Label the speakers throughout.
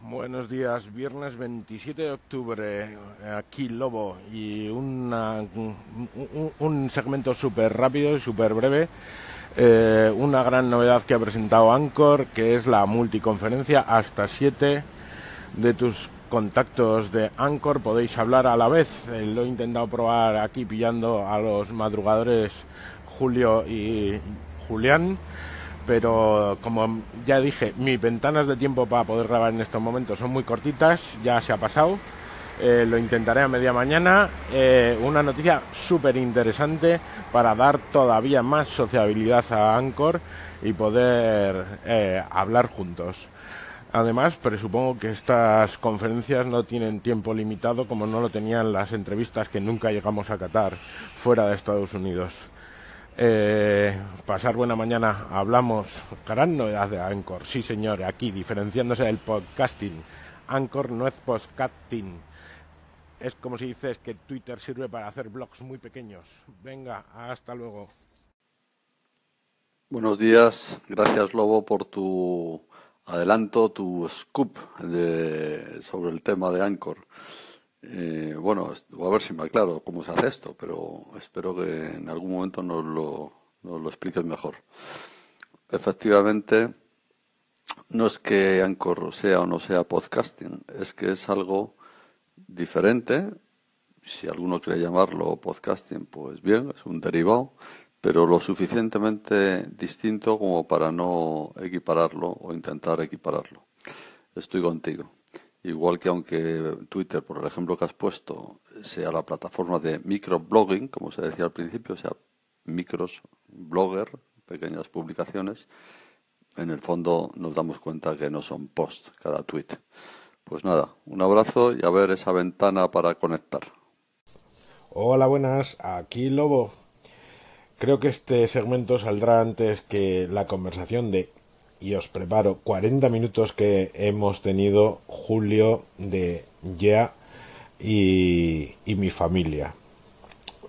Speaker 1: Buenos días, viernes 27 de octubre, eh, aquí Lobo y una, un, un segmento súper rápido y súper breve. Eh, una gran novedad que ha presentado Anchor, que es la multiconferencia. Hasta siete de tus contactos de Anchor podéis hablar a la vez. Eh, lo he intentado probar aquí pillando a los madrugadores Julio y Julián pero como ya dije, mis ventanas de tiempo para poder grabar en estos momentos son muy cortitas, ya se ha pasado. Eh, lo intentaré a media mañana. Eh, una noticia súper interesante para dar todavía más sociabilidad a Anchor y poder eh, hablar juntos. Además, presupongo que estas conferencias no tienen tiempo limitado como no lo tenían las entrevistas que nunca llegamos a catar fuera de Estados Unidos. Eh, pasar buena mañana. Hablamos. Gran novedad de Anchor. Sí, señor. Aquí, diferenciándose del podcasting. Anchor no es podcasting. Es como si dices que Twitter sirve para hacer blogs muy pequeños. Venga, hasta luego.
Speaker 2: Buenos días. Gracias, Lobo, por tu adelanto, tu scoop de, sobre el tema de Anchor. Eh, bueno, a ver si me aclaro cómo se hace esto, pero espero que en algún momento nos lo, nos lo expliques mejor. Efectivamente, no es que Anchor sea o no sea podcasting, es que es algo diferente. Si alguno quiere llamarlo podcasting, pues bien, es un derivado, pero lo suficientemente distinto como para no equipararlo o intentar equipararlo. Estoy contigo. Igual que aunque Twitter, por el ejemplo que has puesto, sea la plataforma de microblogging, como se decía al principio, o sea, micros blogger, pequeñas publicaciones, en el fondo nos damos cuenta que no son posts cada tweet. Pues nada, un abrazo y a ver esa ventana para conectar.
Speaker 1: Hola, buenas, aquí Lobo. Creo que este segmento saldrá antes que la conversación de y os preparo 40 minutos que hemos tenido Julio de Ya y, y, mi familia.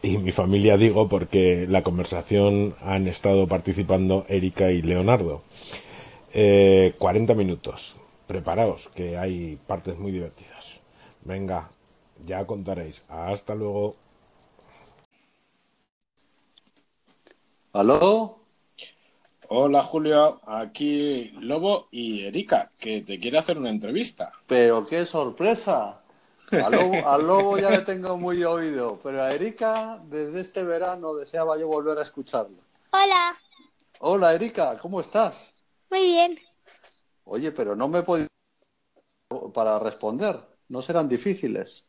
Speaker 1: Y mi familia digo porque la conversación han estado participando Erika y Leonardo. Eh, 40 minutos. Preparaos, que hay partes muy divertidas. Venga, ya contaréis. Hasta luego.
Speaker 2: ¿Aló?
Speaker 3: Hola Julio, aquí Lobo y Erika, que te quiere hacer una entrevista.
Speaker 2: Pero qué sorpresa. Al Lobo, al Lobo, ya le tengo muy oído, pero a Erika desde este verano deseaba yo volver a escucharlo.
Speaker 4: Hola.
Speaker 2: Hola Erika, ¿cómo estás?
Speaker 4: Muy bien.
Speaker 2: Oye, pero no me he podido para responder, no serán difíciles.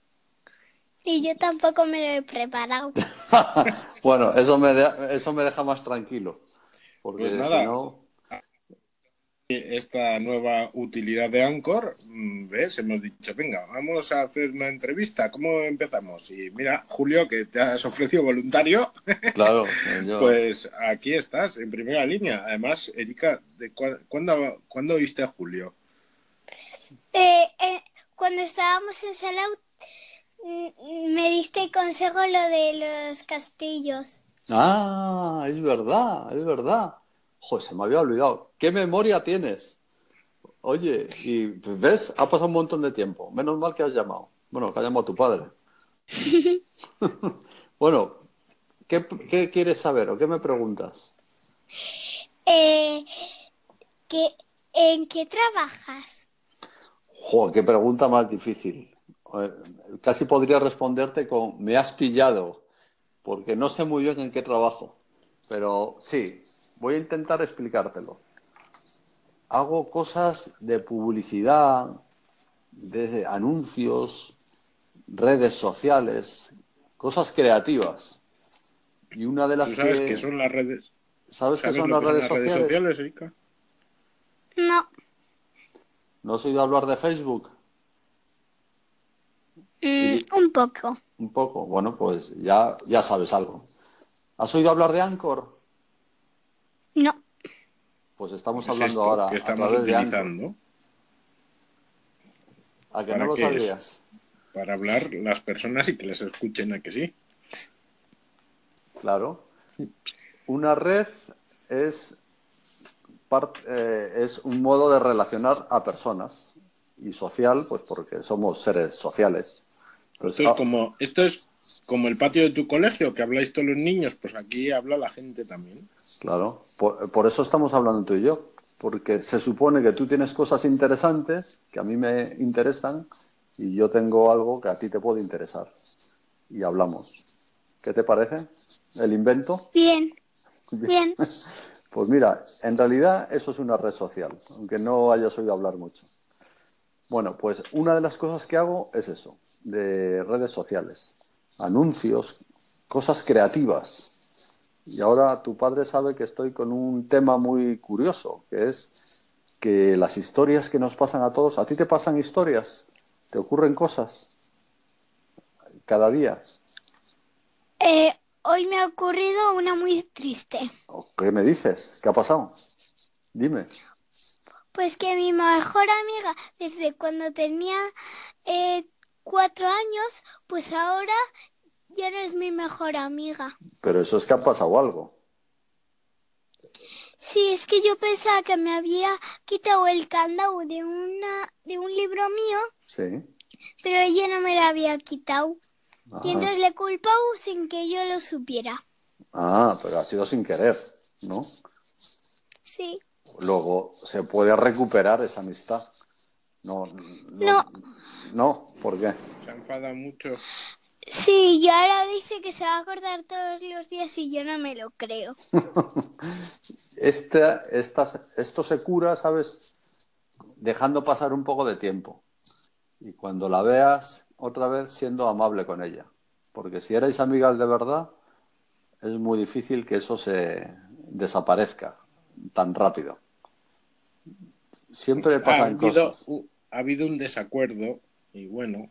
Speaker 4: Y yo tampoco me lo he preparado.
Speaker 2: bueno, eso me, de... eso me deja más tranquilo. Porque
Speaker 3: pues nada, si no... esta nueva utilidad de Anchor, mm, ¿ves? Hemos dicho, venga, vamos a hacer una entrevista, ¿cómo empezamos? Y mira, Julio, que te has ofrecido voluntario,
Speaker 2: claro,
Speaker 3: yo... pues aquí estás, en primera línea. Además, Erika, ¿de cu cuándo, ¿cuándo oíste a Julio?
Speaker 4: Eh, eh, cuando estábamos en Salau, me diste consejo lo de los castillos.
Speaker 2: Ah, es verdad, es verdad. José, se me había olvidado. ¿Qué memoria tienes? Oye, y pues, ves, ha pasado un montón de tiempo. Menos mal que has llamado. Bueno, que ha llamado a tu padre. bueno, ¿qué, ¿qué, quieres saber o qué me preguntas?
Speaker 4: Eh, ¿qué, ¿En qué trabajas?
Speaker 2: Jo, qué pregunta más difícil. Eh, Casi podría responderte con, me has pillado porque no sé muy bien en qué trabajo, pero sí, voy a intentar explicártelo. Hago cosas de publicidad, de anuncios, redes sociales, cosas creativas. Y una de las
Speaker 3: ¿Tú sabes que... qué son las redes?
Speaker 2: ¿Sabes, ¿sabes qué son, las, que redes son las redes sociales?
Speaker 3: Erika?
Speaker 4: No.
Speaker 2: ¿No has oído hablar de Facebook?
Speaker 4: Mm, y... Un poco
Speaker 2: un poco. Bueno, pues ya, ya sabes algo. ¿Has oído hablar de Anchor?
Speaker 4: No.
Speaker 2: Pues estamos hablando es ahora
Speaker 3: que estamos a través utilizando de Anchor.
Speaker 2: ¿A que no lo sabías?
Speaker 3: Para hablar las personas y que les escuchen a que sí.
Speaker 2: Claro. Una red es, part, eh, es un modo de relacionar a personas y social, pues porque somos seres sociales. Pues,
Speaker 1: Pero esto, está...
Speaker 2: Ah.
Speaker 1: es como, esto es como el patio de tu colegio, que habláis todos los niños, pues aquí habla la gente también.
Speaker 2: Claro, por, por eso estamos hablando tú y yo, porque se supone que tú tienes cosas interesantes que a mí me interesan y yo tengo algo que a ti te puede interesar. Y hablamos. ¿Qué te parece? ¿El invento?
Speaker 4: Bien. Bien.
Speaker 2: Pues mira, en realidad eso es una red social, aunque no hayas oído hablar mucho. Bueno, pues una de las cosas que hago es eso, de redes sociales, anuncios, cosas creativas. Y ahora tu padre sabe que estoy con un tema muy curioso, que es que las historias que nos pasan a todos, ¿a ti te pasan historias? ¿Te ocurren cosas? Cada día.
Speaker 4: Eh, Hoy me ha ocurrido una muy triste.
Speaker 2: ¿Qué me dices? ¿Qué ha pasado? Dime.
Speaker 4: Pues que mi mejor amiga, desde cuando tenía eh, cuatro años, pues ahora ya no es mi mejor amiga.
Speaker 2: Pero eso es que ha pasado algo.
Speaker 4: Sí, es que yo pensaba que me había quitado el candado de una de un libro mío.
Speaker 2: Sí.
Speaker 4: Pero ella no me lo había quitado. Ajá. Y entonces le culpó sin que yo lo supiera.
Speaker 2: Ah, pero ha sido sin querer, ¿no?
Speaker 4: Sí.
Speaker 2: Luego, ¿se puede recuperar esa amistad? No.
Speaker 4: No.
Speaker 2: No, no ¿por qué?
Speaker 1: Se enfada mucho.
Speaker 4: Sí, y ahora dice que se va a acordar todos los días y yo no me lo creo.
Speaker 2: esta, esta, esto se cura, ¿sabes? Dejando pasar un poco de tiempo. Y cuando la veas, otra vez siendo amable con ella. Porque si erais amigas de verdad, es muy difícil que eso se desaparezca tan rápido. Siempre pasan
Speaker 1: ha habido,
Speaker 2: cosas.
Speaker 1: Uh, ha habido un desacuerdo y bueno,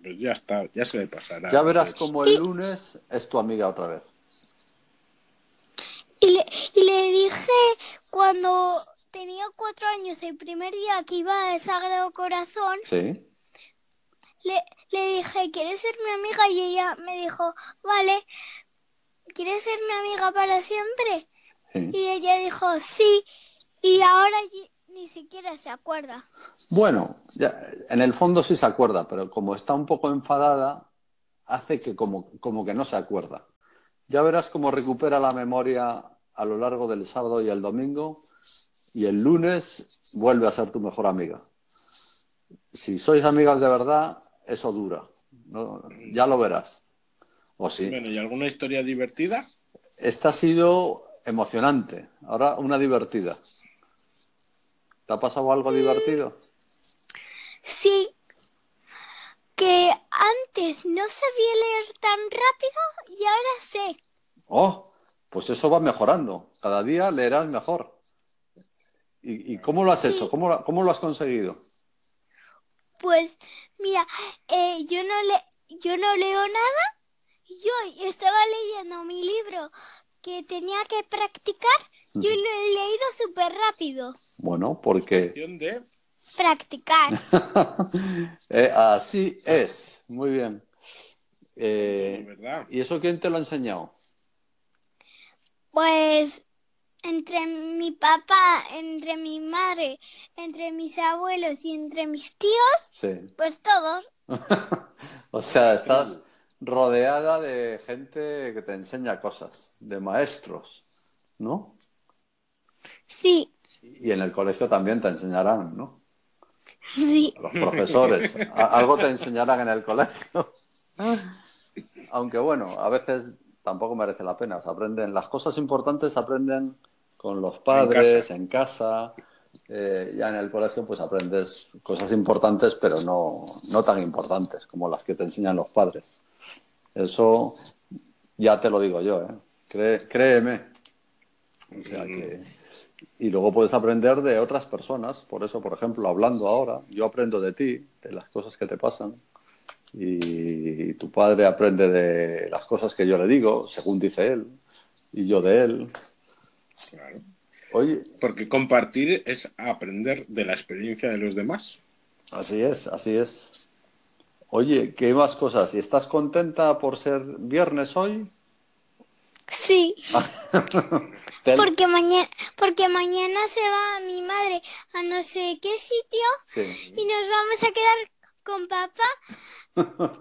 Speaker 1: pues ya está, ya se le pasará. Pues,
Speaker 2: Ya verás como el lunes es tu amiga otra vez.
Speaker 4: Y le, y le dije cuando tenía cuatro años, el primer día que iba a Sagrado Corazón,
Speaker 2: ¿Sí?
Speaker 4: le, le dije, ¿quieres ser mi amiga? Y ella me dijo, vale, ¿quieres ser mi amiga para siempre?
Speaker 2: Sí.
Speaker 4: Y ella dijo, sí, y ahora ye- ni siquiera se acuerda.
Speaker 2: Bueno, ya, en el fondo sí se acuerda, pero como está un poco enfadada, hace que como, como que no se acuerda. Ya verás cómo recupera la memoria a lo largo del sábado y el domingo, y el lunes vuelve a ser tu mejor amiga. Si sois amigas de verdad, eso dura. ¿no? Ya lo verás. O sí.
Speaker 1: Bueno, ¿y alguna historia divertida?
Speaker 2: Esta ha sido emocionante. Ahora una divertida. ¿Te ha pasado algo divertido?
Speaker 4: Sí, que antes no sabía leer tan rápido y ahora sé.
Speaker 2: Oh, pues eso va mejorando. Cada día leerás mejor. ¿Y, y cómo lo has hecho? ¿Cómo lo, cómo lo has conseguido?
Speaker 4: Pues mira, eh, yo, no le, yo no leo nada. Yo estaba leyendo mi libro que tenía que practicar. Yo lo he leído súper rápido.
Speaker 2: Bueno, porque
Speaker 1: Cuestión de
Speaker 4: Practicar.
Speaker 2: Eh, así es. Muy bien. Eh,
Speaker 1: de verdad.
Speaker 2: ¿Y eso quién te lo ha enseñado?
Speaker 4: Pues entre mi papá, entre mi madre, entre mis abuelos y entre mis tíos,
Speaker 2: Sí.
Speaker 4: pues todos.
Speaker 2: O sea, estás rodeada de gente que te enseña cosas, de maestros, ¿no?
Speaker 4: Sí,
Speaker 2: Y en el colegio también te enseñarán, ¿no?
Speaker 4: sí,
Speaker 2: Los profesores. A- Algo te enseñarán en el colegio. Aunque bueno, a veces tampoco merece la pena. Se aprenden, las cosas importantes se aprenden con los padres, en casa. Eh, ya en el colegio pues aprendes cosas importantes, pero no, no tan importantes como las que te enseñan los padres. Eso ya te lo digo yo, ¿eh? Cré- créeme. O sea que... Y luego puedes aprender de otras personas, por eso, por ejemplo, hablando ahora, yo aprendo de ti, de las cosas que te pasan, y tu padre aprende de las cosas que yo le digo, según dice él, y yo de él.
Speaker 1: Claro.
Speaker 2: Oye,
Speaker 1: Porque compartir es aprender de la experiencia de los demás.
Speaker 2: así es, así es. Oye, ¿qué más cosas? ¿Y estás contenta por ser viernes hoy?
Speaker 4: Sí. Porque mañana, porque mañana se va mi madre a no sé qué sitio
Speaker 2: Sí.
Speaker 4: y nos vamos a quedar con papá,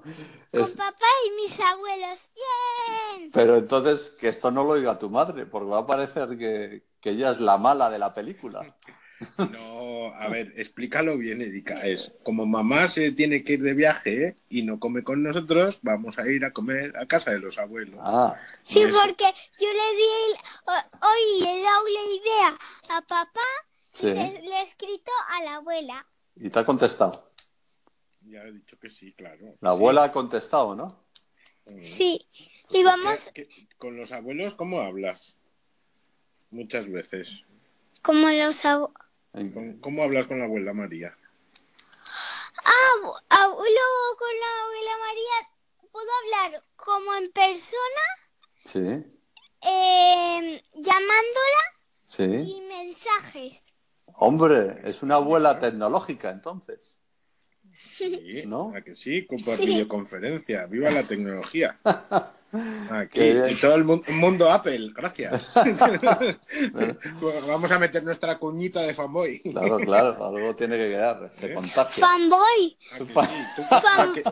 Speaker 4: con
Speaker 2: Es-
Speaker 4: papá y mis abuelos. ¡Bien!
Speaker 2: pero entonces, que esto no lo diga tu madre, porque va a parecer que, que ella es la mala de la película.
Speaker 1: No, a ver, explícalo bien, Erika. Es como mamá se tiene que ir de viaje ¿eh? y no come con nosotros, vamos a ir a comer a casa de los abuelos.
Speaker 2: Ah,
Speaker 4: Sí,
Speaker 1: Eso.
Speaker 4: porque yo le di, ho- hoy le he dado la idea a papá y
Speaker 2: sí.
Speaker 4: se le he escrito a la abuela.
Speaker 2: Y te ha contestado.
Speaker 1: Ya he dicho que sí, claro.
Speaker 2: La abuela ha contestado, ¿no? Mm.
Speaker 4: Sí, y vamos
Speaker 1: ¿Qué- qué- con los abuelos, ¿cómo hablas? Muchas veces.
Speaker 4: como los abuelos.
Speaker 1: ¿Con- ¿Cómo hablas con la abuela María?
Speaker 4: Abu- Abuelo con la abuela María, puedo hablar como en persona,
Speaker 2: Sí,
Speaker 4: eh, llamándola
Speaker 2: sí.
Speaker 4: y mensajes.
Speaker 2: Hombre, es una abuela tecnológica, entonces.
Speaker 1: Sí,
Speaker 2: ¿No?
Speaker 1: ¿a que sí? Con- Por
Speaker 4: Sí.
Speaker 1: videoconferencia. ¡Viva la tecnología! Aquí,
Speaker 2: Qué bien.
Speaker 1: y todo el mundo, mundo Apple, gracias. Vamos a meter nuestra cuñita de fanboy.
Speaker 2: Claro, claro, algo tiene que quedar, se contagia.
Speaker 4: Fanboy,
Speaker 1: ¿A que sí? ¿Tú- a, que,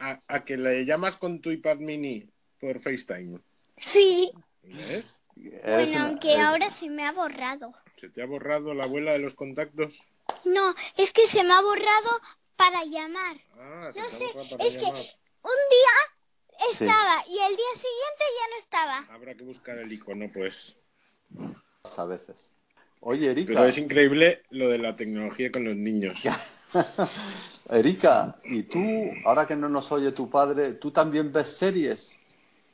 Speaker 1: a- a que le llamas con tu iPad mini por FaceTime.
Speaker 4: sí.
Speaker 1: ¿Ves?
Speaker 2: Es
Speaker 4: Bueno,
Speaker 2: una-
Speaker 4: aunque
Speaker 2: es-
Speaker 4: ahora se me ha borrado.
Speaker 1: ¿Se te ha borrado la abuela de los contactos?
Speaker 4: No, es que se me ha borrado para llamar.
Speaker 1: Ah, se
Speaker 4: No
Speaker 1: te ha
Speaker 4: sé,
Speaker 1: borrado para
Speaker 4: es que-
Speaker 1: llamar.
Speaker 4: Un día
Speaker 2: Sí.
Speaker 4: estaba y el día siguiente ya no estaba.
Speaker 1: Habrá que buscar el icono, pues.
Speaker 2: a veces. Oye,
Speaker 1: Pero
Speaker 2: Erika,
Speaker 1: es increíble lo de la tecnología con los niños.
Speaker 2: Erika, ¿y tú, ahora que no nos oye tu padre, tú también ves series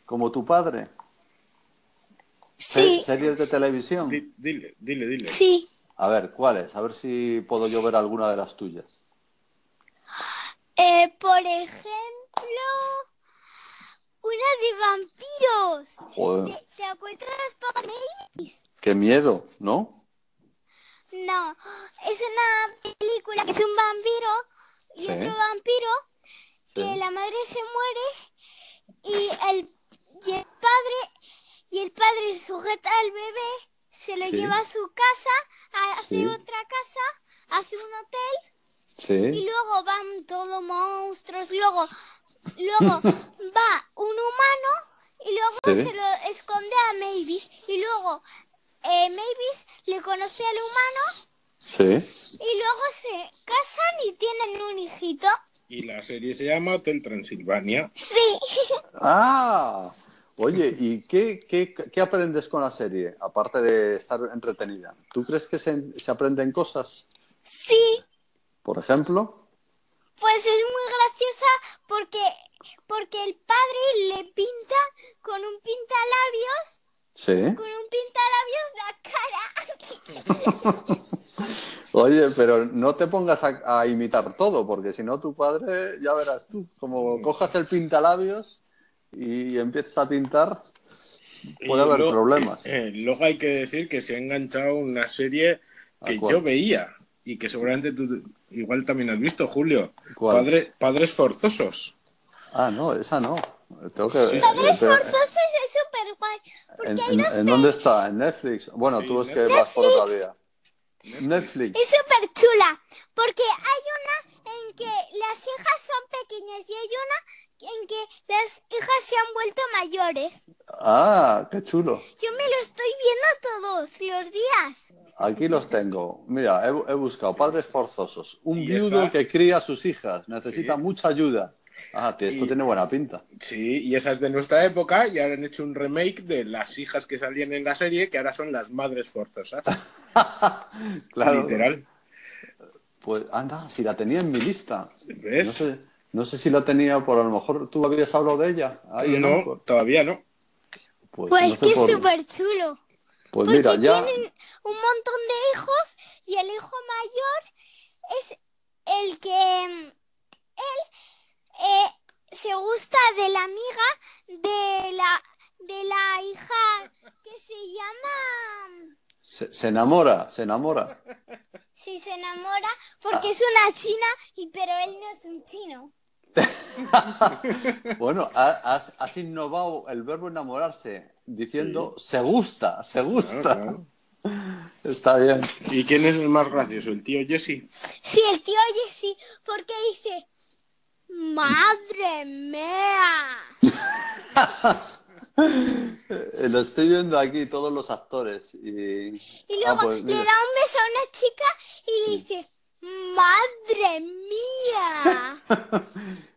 Speaker 2: como tu padre? Se-
Speaker 4: Sí,
Speaker 2: ¿Series de televisión?
Speaker 1: Di- Dile, dile, dile.
Speaker 4: sí.
Speaker 2: A ver, ¿cuáles? A ver si puedo yo ver alguna de las tuyas.
Speaker 4: Eh, por ejemplo, una de vampiros.
Speaker 2: Joder,
Speaker 4: ¿Te, te acuerdas Papa Mavis?
Speaker 2: qué miedo, ¿no?
Speaker 4: No, es una película que es un vampiro y
Speaker 2: Sí.
Speaker 4: otro vampiro que
Speaker 2: Sí.
Speaker 4: la madre se muere y el, y el padre y el padre sujeta al bebé, se lo
Speaker 2: Sí.
Speaker 4: lleva a su casa, hace
Speaker 2: Sí.
Speaker 4: otra casa, hace un hotel y
Speaker 2: Sí,
Speaker 4: luego van todos monstruos, luego, luego va un humano y luego
Speaker 2: Sí.
Speaker 4: se lo esconde a Mavis y luego eh, Mavis le conoce al humano
Speaker 2: sí.
Speaker 4: y luego se casan y tienen un hijito.
Speaker 1: Y la serie se llama Hotel Transilvania.
Speaker 4: Sí,
Speaker 2: Ah, oye, ¿y qué, qué, qué aprendes con la serie, aparte de estar entretenida? ¿Tú crees que se, se aprenden cosas?
Speaker 4: sí,
Speaker 2: Por ejemplo,
Speaker 4: pues es muy graciosa porque, porque el padre le pinta con un pintalabios,
Speaker 2: sí.
Speaker 4: con un pintalabios la cara.
Speaker 2: Oye, pero no te pongas a, a imitar todo, porque si no tu padre, ya verás tú, como cojas el pintalabios y empiezas a pintar,
Speaker 1: Y
Speaker 2: puede haber
Speaker 1: lo-
Speaker 2: problemas.
Speaker 1: eh, luego hay que decir que se ha enganchado una serie que
Speaker 2: ¿A cuál?
Speaker 1: yo veía y que seguramente tú igual también has visto, Julio.
Speaker 2: ¿Cuál?
Speaker 1: Padre- padres forzosos.
Speaker 2: Ah, no, esa no. Tengo que ver.
Speaker 4: Padre
Speaker 2: Pero,
Speaker 4: forzoso es súper guay
Speaker 2: ¿en,
Speaker 4: porque hay dos
Speaker 2: en- en dónde está? ¿En Netflix? Bueno,
Speaker 1: Sí,
Speaker 2: tú es que
Speaker 1: Netflix.
Speaker 2: vas por otra vía. Netflix.
Speaker 4: Es súper chula, porque hay una en que las hijas son pequeñas y hay una en que las hijas se han vuelto mayores.
Speaker 2: Ah, qué chulo.
Speaker 4: Yo me lo estoy viendo todos los días.
Speaker 2: Aquí los tengo. Mira, he, he buscado padres forzosos. Un
Speaker 1: Y
Speaker 2: viudo
Speaker 1: esta-
Speaker 2: que cría a sus hijas. Necesita
Speaker 1: Sí.
Speaker 2: mucha ayuda. Ah, que esto
Speaker 1: Y-
Speaker 2: tiene buena pinta.
Speaker 1: Sí, y esa es de nuestra época y ahora han hecho un remake de las hijas que salían en la serie, que ahora son las madres forzosas.
Speaker 2: Claro.
Speaker 1: Literal.
Speaker 2: Pues anda, si la tenía en mi lista.
Speaker 1: ¿Ves?
Speaker 2: No sé, no sé si la tenía, por a lo mejor tú habías hablado de ella. Ahí en
Speaker 1: no,
Speaker 2: Anchor.
Speaker 1: todavía no.
Speaker 2: Pues,
Speaker 4: Pues
Speaker 2: no sé
Speaker 4: que es
Speaker 2: por-
Speaker 4: súper chulo,
Speaker 2: Pues
Speaker 4: porque
Speaker 2: mira, ya.
Speaker 4: tienen un montón de hijos y el hijo mayor es el que mm, él eh, se gusta de la amiga de la de la hija que se llama mm,
Speaker 2: Se, se enamora, se enamora. Ah.
Speaker 4: Si se enamora porque es una china y pero él no es un chino.
Speaker 2: bueno, has, has innovado el verbo enamorarse diciendo se gusta, se gusta.
Speaker 1: Claro,
Speaker 2: Está bien.
Speaker 1: ¿Y quién es el más gracioso? ¿El tío Jesse?
Speaker 4: Sí, el tío Jesse, porque dice, madre mía.
Speaker 2: Eh, Lo estoy viendo aquí, todos los actores. Y,
Speaker 4: Y
Speaker 2: Ah,
Speaker 4: luego
Speaker 2: pues,
Speaker 4: le
Speaker 2: mira.
Speaker 4: da un beso a una chica y dice, madre mía.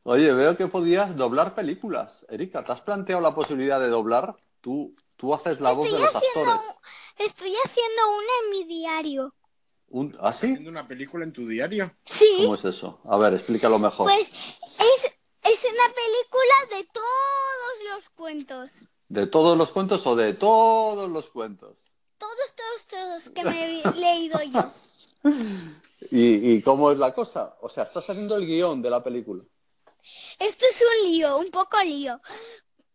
Speaker 2: Oye, veo que podías doblar películas. Erika, ¿te has planteado la posibilidad de doblar? Tú, tú haces la voz de
Speaker 4: Estoy
Speaker 2: los
Speaker 4: haciendo,
Speaker 2: actores.
Speaker 4: estoy haciendo una en mi diario.
Speaker 2: Un... ¿Ah, sí?
Speaker 1: ¿Haciendo una película en tu diario?
Speaker 4: Sí,
Speaker 2: ¿Cómo es eso? A ver, explícalo mejor.
Speaker 4: pues es, es una película de todos los cuentos.
Speaker 2: ¿De todos los cuentos o de todos los cuentos?
Speaker 4: Todos, todos, todos que me he leído yo.
Speaker 2: ¿Y, y cómo es la cosa? O sea, estás haciendo el guión de la película.
Speaker 4: Esto es un lío, un poco lío.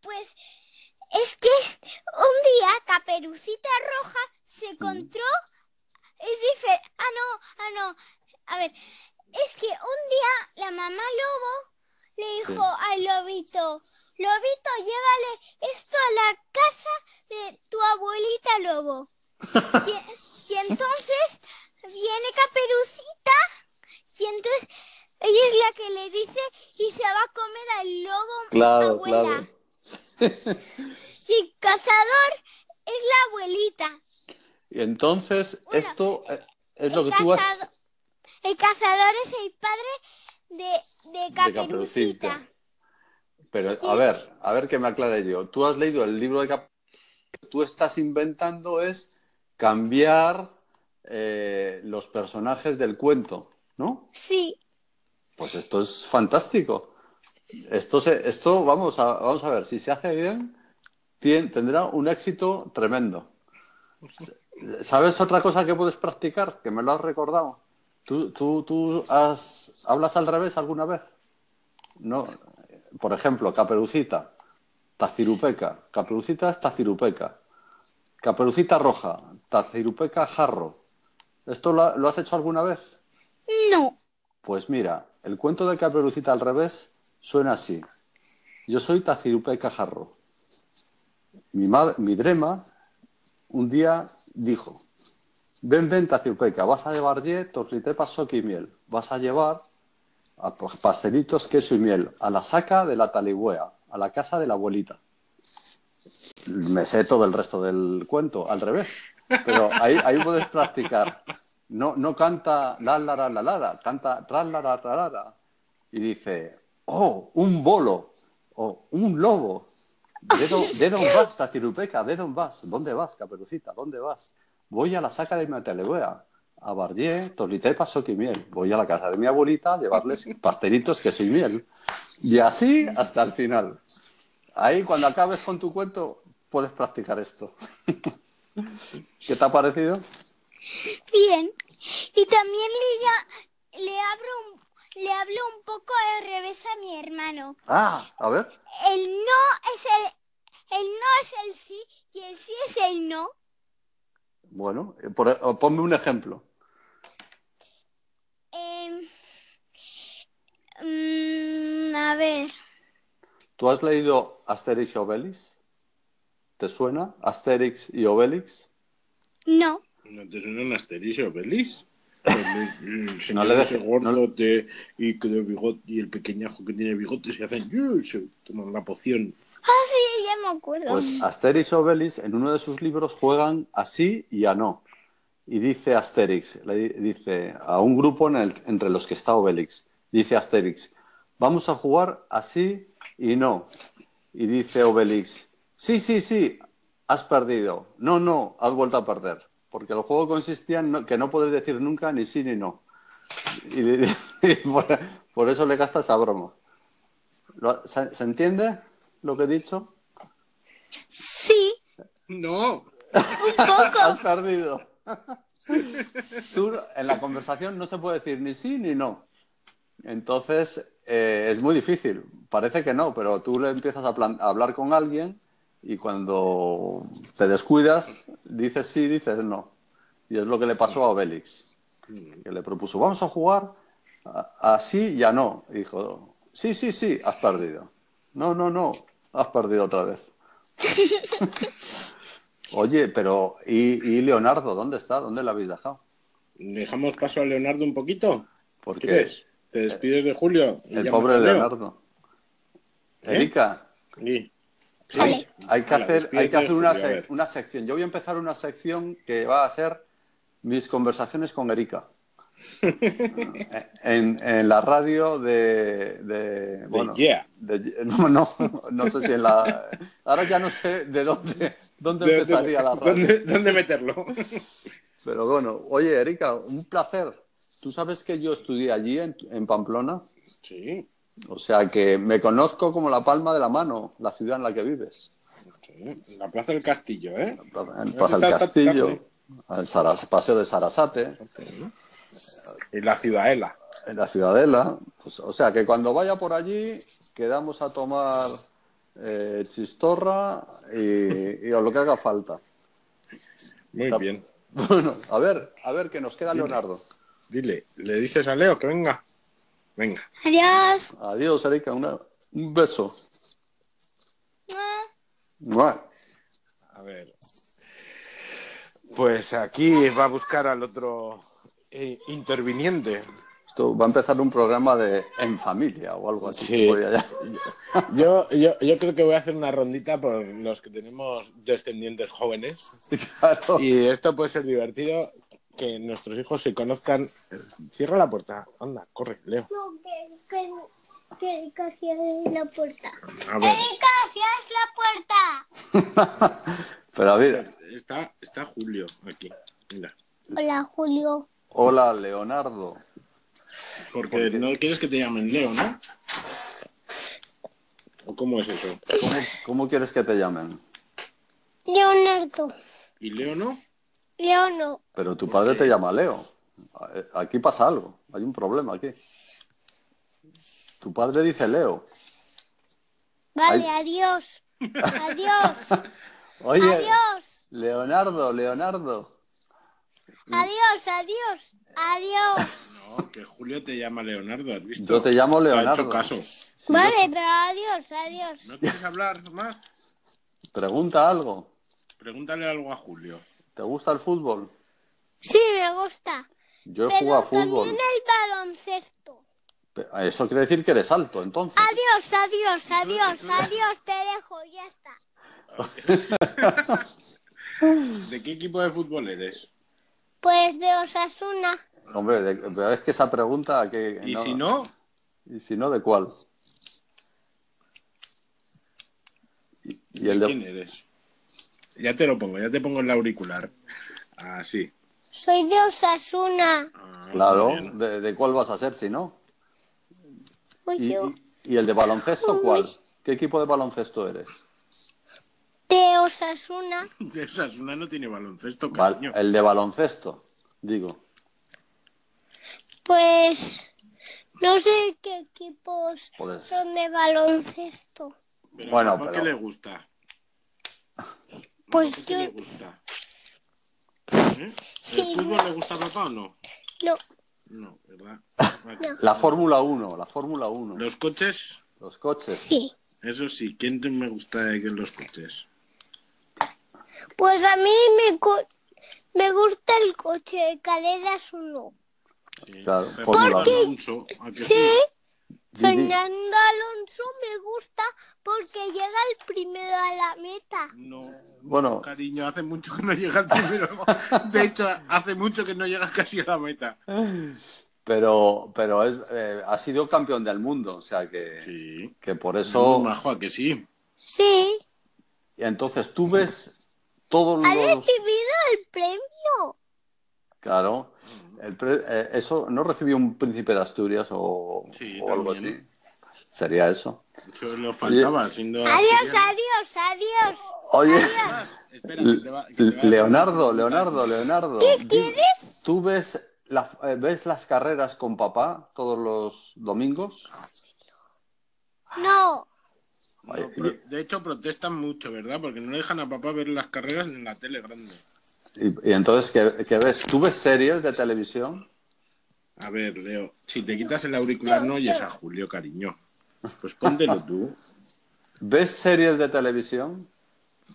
Speaker 4: Pues es que un día Caperucita Roja se encontró. Es diferente. Ah, no, ah, no. A ver, es que un día la mamá Lobo le dijo al lobito: Lobito, llévale esto a la casa de tu abuelita Lobo. Y, y entonces viene Caperucita y entonces ella es la que le dice y se va a comer al lobo
Speaker 2: Claro,
Speaker 4: abuela.
Speaker 2: claro.
Speaker 4: Y cazador es la abuelita.
Speaker 2: Y entonces,
Speaker 4: Una-
Speaker 2: esto eh, es lo
Speaker 4: El
Speaker 2: que tú has...
Speaker 4: cazado- el cazador es el padre de, de Caperucita.
Speaker 2: Caperucita. Pero, a ver, a ver que me aclare yo. Tú has leído el libro de Cap... Lo que Tú estás inventando es cambiar eh, los personajes del cuento, ¿no?
Speaker 4: Sí,
Speaker 2: Pues esto es fantástico. Esto, se- esto vamos, a, vamos a ver, si se hace bien, tien- tendrá un éxito tremendo. ¿Sabes otra cosa que puedes practicar? Que me lo has recordado. ¿Tú, tú, tú has, hablas al revés alguna vez? No. Por ejemplo, caperucita, tacirupeca. Caperucita es tacirupeca. Caperucita roja, tacirupeca jarro. ¿Esto lo ha- lo has hecho alguna vez?
Speaker 4: no.
Speaker 2: Pues mira, el cuento de Caperucita al revés suena así. Yo soy Tacirupe Cajarro. Mi, ma- mi drema un día dijo, ven, ven, Tacirupeca, vas a llevar 10 torlitepas, soque y miel. Vas a llevar a pa- pastelitos, queso y miel a la saca de la taligüea, a la casa de la abuelita. Me sé todo el resto del cuento, al revés. Pero ahí, ahí puedes practicar. No, no canta la la la la la, la, canta tra la la la la, la. Y dice, oh, un bolo, o un lobo. ¿De, dó- de dónde vas, Tacirupeca? ¿De dónde vas? ¿Dónde vas, Caperucita? ¿Dónde vas? Voy a la saca de mi televea, a Bardier, Torlitepa, Soque y Miel. Voy a la casa de mi abuelita a llevarles pastelitos, queso y miel. Y así hasta el final. Ahí, cuando acabes con tu cuento, puedes practicar esto. ¿Qué te ha parecido?
Speaker 4: Bien. Y también le, ya- le, abro un- le hablo un poco al revés a mi hermano.
Speaker 2: Ah, a ver.
Speaker 4: El no es el, el no es el sí y el sí es el no.
Speaker 2: Bueno, eh, por- eh, ponme un ejemplo.
Speaker 4: Em, mm, a ver.
Speaker 2: ¿Tú has leído Asterix y Obelix? ¿Te suena? Asterix y Obelix.
Speaker 4: No.
Speaker 1: ¿No te suena un asterisco, Belis? El, el señor
Speaker 2: le
Speaker 1: ese
Speaker 2: dejes-
Speaker 1: gordo
Speaker 2: no-
Speaker 1: de- y, que de bigote, y el pequeñajo que tiene bigote se hacen "Yu", se toman la poción.
Speaker 4: Ah, sí, ya me acuerdo.
Speaker 2: Pues Asterix y Obelix en uno de sus libros juegan a sí y a no. Y dice Asterix, le di- dice a un grupo en el- entre los que está Obelix, dice Asterix, vamos a jugar así y no. Y dice Obelix, sí, sí, sí, has perdido. No, no, has vuelto a perder. Porque el juego consistía en no- que no podés decir nunca ni sí ni no. Y, de- y por, por eso le gasta esa broma. Lo- ¿Se, se entiende lo que he dicho?
Speaker 4: Sí,
Speaker 1: No,
Speaker 4: un poco.
Speaker 2: Has perdido. Tú en la conversación no se puede decir ni sí ni no. Entonces eh, es muy difícil. Parece que no, pero tú le empiezas a, plan- a hablar con alguien y cuando te descuidas dices sí, dices no. Y es lo que le pasó a Obélix, que le propuso, vamos a jugar a- así y a no. Y dijo, Sí, sí, sí, has perdido. No, no, no, has perdido otra vez. Oye, pero ¿y, y Leonardo? ¿Dónde está? ¿Dónde la habéis dejado?
Speaker 1: ¿Dejamos paso a Leonardo un poquito?
Speaker 2: ¿Por
Speaker 1: ¿Qué
Speaker 2: qué?
Speaker 1: ves? ¿Te despides de Julio? y
Speaker 2: El
Speaker 1: llamas
Speaker 2: pobre
Speaker 1: a Leo?
Speaker 2: Leonardo.
Speaker 1: ¿Eh?
Speaker 2: Erika,
Speaker 1: Sí. Sí.
Speaker 4: Vale.
Speaker 2: hay que
Speaker 1: Hola,
Speaker 2: hacer, hay
Speaker 1: despídete,
Speaker 2: que hacer una,
Speaker 1: Julio, a ver.
Speaker 2: sec- una sección. Yo voy a empezar una sección que va a ser mis conversaciones con Erika. en, en la radio de, de, bueno,
Speaker 1: Yeah.
Speaker 2: de- no, no, no sé si en la ahora ya no sé de dónde dónde
Speaker 1: ¿De- de-
Speaker 2: empezaría la radio.
Speaker 1: ¿Dónde, dónde meterlo?
Speaker 2: Pero bueno, oye Erika, un placer. Tú sabes que yo estudié allí en, en Pamplona,
Speaker 1: Sí.
Speaker 2: o sea que me conozco como la palma de la mano, la ciudad en la que vives.
Speaker 1: sí. La Plaza del Castillo, ¿eh?
Speaker 2: En
Speaker 1: Has
Speaker 2: Plaza del
Speaker 1: estado hasta
Speaker 2: Castillo,
Speaker 1: tarde.
Speaker 2: al Saras- Paseo de Sarasate,
Speaker 1: Y la Ciudadela.
Speaker 2: en la Ciudadela. Pues, o sea que cuando vaya por allí, quedamos a tomar eh, chistorra y, y o lo que haga falta.
Speaker 1: Muy
Speaker 2: Está-
Speaker 1: bien.
Speaker 2: Bueno, a ver, a ver, que nos queda Leonardo.
Speaker 1: Dile, ¿le dices a Leo que venga? Venga.
Speaker 4: Adiós.
Speaker 2: Adiós, Erika, una- un beso.
Speaker 4: Mua.
Speaker 2: Mua.
Speaker 1: A ver.
Speaker 5: Pues aquí va a buscar al otro eh, interviniente.
Speaker 2: Esto va a empezar un programa de En Familia o algo así.
Speaker 5: Sí.
Speaker 2: Voy allá.
Speaker 5: Yo, yo, yo creo que voy a hacer una rondita por los que tenemos descendientes jóvenes.
Speaker 2: Claro.
Speaker 5: Y esto puede ser divertido, que nuestros hijos se conozcan. Cierra la puerta. Anda, corre, Leo.
Speaker 4: No, que, que, que, que cierren la puerta.
Speaker 1: A ver.
Speaker 4: Erika, cierras la puerta.
Speaker 2: Pero a ver,
Speaker 1: Está, está Julio aquí. Mira.
Speaker 4: Hola, Julio.
Speaker 2: hola, Leonardo.
Speaker 1: Porque no quieres que te llamen Leo, ¿no? ¿O cómo es eso?
Speaker 2: ¿Cómo, cómo quieres que te llamen?
Speaker 4: Leonardo.
Speaker 1: ¿Y Leo no?
Speaker 4: Leo no.
Speaker 2: Pero tu padre te llama Leo. A- Aquí pasa algo. Hay un problema aquí. Tu padre dice Leo.
Speaker 4: Vale, adiós. Adiós.
Speaker 2: Oye,
Speaker 4: Adiós.
Speaker 2: Leonardo, Leonardo.
Speaker 4: Adiós, adiós. Adiós.
Speaker 1: No, que Julio te llama Leonardo, ¿has visto?
Speaker 2: Yo te llamo
Speaker 1: Te ha
Speaker 2: Leonardo.
Speaker 1: hecho caso.
Speaker 4: Vale, pero adiós, adiós.
Speaker 1: ¿No quieres hablar más?
Speaker 2: Pregunta algo.
Speaker 1: Pregúntale algo a Julio.
Speaker 2: ¿Te gusta el fútbol?
Speaker 4: Sí, me gusta.
Speaker 2: Yo he jugado
Speaker 4: Pero
Speaker 2: a fútbol.
Speaker 4: también el baloncesto.
Speaker 2: Pe- Eso quiere decir que eres alto, entonces.
Speaker 4: Adiós, adiós, adiós, adiós, te dejo, ya está.
Speaker 1: ¿De qué equipo de fútbol eres?
Speaker 4: Pues de Osasuna,
Speaker 2: Hombre, de- pero es que esa pregunta que...
Speaker 1: Y si no,
Speaker 2: ¿Y si no, de cuál? Y, y el
Speaker 1: ¿de
Speaker 2: de-
Speaker 1: quién eres? Ya te lo pongo, ya te pongo el auricular. Así.
Speaker 4: soy de Osasuna.
Speaker 1: Ah,
Speaker 2: Claro,
Speaker 1: bien.
Speaker 2: de, de cuál vas a ser si no?
Speaker 4: Uy,
Speaker 2: ¿Y,
Speaker 4: yo.
Speaker 2: y- y el de baloncesto
Speaker 4: Hombre.
Speaker 2: cuál? ¿Qué equipo de baloncesto eres?
Speaker 4: De Osasuna,
Speaker 1: De Osasuna no tiene baloncesto,
Speaker 2: Val-
Speaker 1: cariño.
Speaker 2: el de baloncesto, digo.
Speaker 4: pues no sé qué equipos
Speaker 2: Pues-
Speaker 4: son de baloncesto.
Speaker 1: Pero
Speaker 2: bueno,
Speaker 1: bueno, ¿por
Speaker 2: pero-
Speaker 1: qué le gusta?
Speaker 4: Pues
Speaker 1: ¿Qué
Speaker 4: yo-
Speaker 1: le gusta? ¿Eh? ¿El
Speaker 4: Sí,
Speaker 1: fútbol le gusta a papá o no?
Speaker 4: No,
Speaker 1: No, ¿verdad?
Speaker 2: La Fórmula 1, la Fórmula 1. Los,
Speaker 1: Los coches,
Speaker 2: coches.
Speaker 4: sí.
Speaker 1: eso sí, ¿quién te- me gusta de que los coches?
Speaker 4: Pues a mí me, co- me gusta el coche de carreras uno.
Speaker 1: Sí.
Speaker 2: Claro,
Speaker 1: Fernando
Speaker 2: Fórmula uno.
Speaker 1: Alonso, ¿a que
Speaker 4: Sí,
Speaker 2: Di- di-
Speaker 4: Fernando Alonso me gusta porque llega el primero a la meta.
Speaker 1: No,
Speaker 2: Bueno,
Speaker 1: cariño, hace mucho que no llega el primero. De hecho, hace mucho que no llegas casi a la meta.
Speaker 2: pero, pero es, eh, ha sido campeón del mundo, o sea que,
Speaker 1: Sí.
Speaker 2: que por
Speaker 1: Eso...
Speaker 2: eso...
Speaker 1: Majo, ¿a que sí?
Speaker 4: Sí,
Speaker 2: Entonces tú ves todos
Speaker 4: ha
Speaker 2: los...
Speaker 4: recibido el premio.
Speaker 2: Claro. El pre- eh, eso no recibió un príncipe de Asturias o,
Speaker 1: Sí,
Speaker 2: o algo así.
Speaker 1: también.
Speaker 2: Sería eso.
Speaker 1: Eso lo faltaba, siendo...
Speaker 4: Adiós,
Speaker 1: asturiano.
Speaker 4: adiós, adiós.
Speaker 2: Oye,
Speaker 1: Espera, que te va- que te va-
Speaker 2: Leonardo, Leonardo, Leonardo. di-
Speaker 4: quieres?
Speaker 2: ¿Tú ves, la- eh, ves las carreras con papá todos los domingos?
Speaker 4: No,
Speaker 1: No, pro- de hecho, protestan mucho, ¿verdad? Porque no dejan a papá ver las carreras en la tele grande.
Speaker 2: Y, y entonces, ¿qué, qué ves? ¿Tú ves series de televisión?
Speaker 1: A ver, Leo, si te quitas el auricular no oyes a Julio, cariño. Pues póntelo tú.
Speaker 2: ¿Ves series de televisión?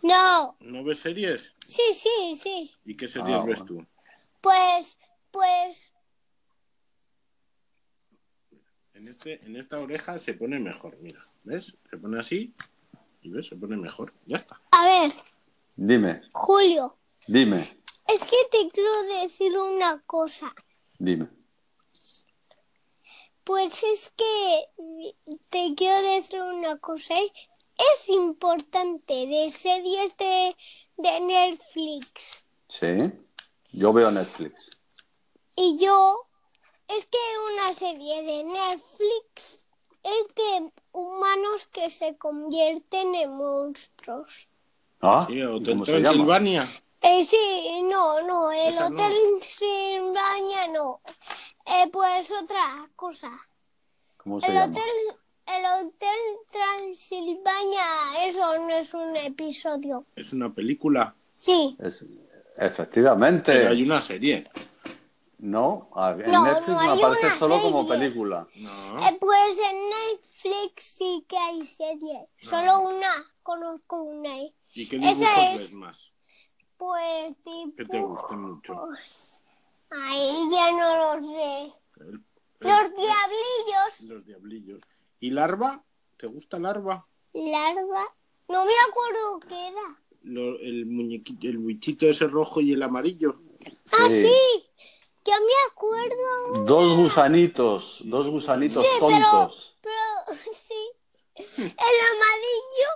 Speaker 4: No.
Speaker 1: ¿No ves series?
Speaker 4: Sí, sí, sí.
Speaker 1: ¿Y qué series
Speaker 2: Ah,
Speaker 1: ves
Speaker 2: bueno.
Speaker 1: tú?
Speaker 4: Pues, pues,
Speaker 1: En, este, en esta oreja se pone mejor, mira. ¿Ves? Se pone así y ves, se pone mejor. Ya está.
Speaker 4: a ver,
Speaker 2: Dime,
Speaker 4: Julio,
Speaker 2: dime,
Speaker 4: es que te quiero decir una cosa.
Speaker 2: dime.
Speaker 4: Pues es que te quiero decir una cosa. ¿eh? Es importante de series de, de Netflix.
Speaker 2: Sí, yo veo Netflix.
Speaker 4: Y yo, es que una serie de Netflix es de humanos que se convierten en monstruos.
Speaker 2: ¿Ah?
Speaker 1: Sí,
Speaker 2: ¿y
Speaker 1: Hotel
Speaker 2: ¿Cómo se llama?
Speaker 1: Transilvania.
Speaker 4: Eh, sí, no, no, el
Speaker 1: Esa no.
Speaker 4: hotel sin baña no. Eh, pues otra cosa.
Speaker 2: ¿Cómo se
Speaker 4: El
Speaker 2: llama?
Speaker 4: hotel, el hotel Transilvania, eso no es un episodio.
Speaker 1: Es una película.
Speaker 4: Sí,
Speaker 2: Es- Efectivamente.
Speaker 1: Pero hay una serie.
Speaker 2: No, a- en
Speaker 4: No,
Speaker 2: Netflix
Speaker 4: no
Speaker 2: me
Speaker 4: hay
Speaker 2: aparece
Speaker 4: una
Speaker 2: solo como
Speaker 4: serie.
Speaker 2: película.
Speaker 1: No.
Speaker 4: eh, pues en Netflix sí que hay
Speaker 1: Ah.
Speaker 4: serie. Solo una, conozco una. eh.
Speaker 1: ¿Y qué
Speaker 4: Esa
Speaker 1: dibujos
Speaker 4: es-
Speaker 1: ves más?
Speaker 4: Pues
Speaker 1: Que te gustan mucho.
Speaker 4: dibujos. Ahí ya no lo sé.
Speaker 1: El-
Speaker 4: Los
Speaker 1: eh.
Speaker 4: diablillos,
Speaker 1: Los diablillos. ¿Y larva? ¿Te gusta larva?
Speaker 4: larva. No me acuerdo qué era.
Speaker 1: Lo- el muñequito, el bichito ese rojo y el amarillo.
Speaker 4: Ah,
Speaker 2: Sí.
Speaker 4: sí, yo me acuerdo.
Speaker 2: Dos gusanitos, dos gusanitos
Speaker 4: Sí, pero-
Speaker 2: tontos.
Speaker 4: Pero sí, el amarillo,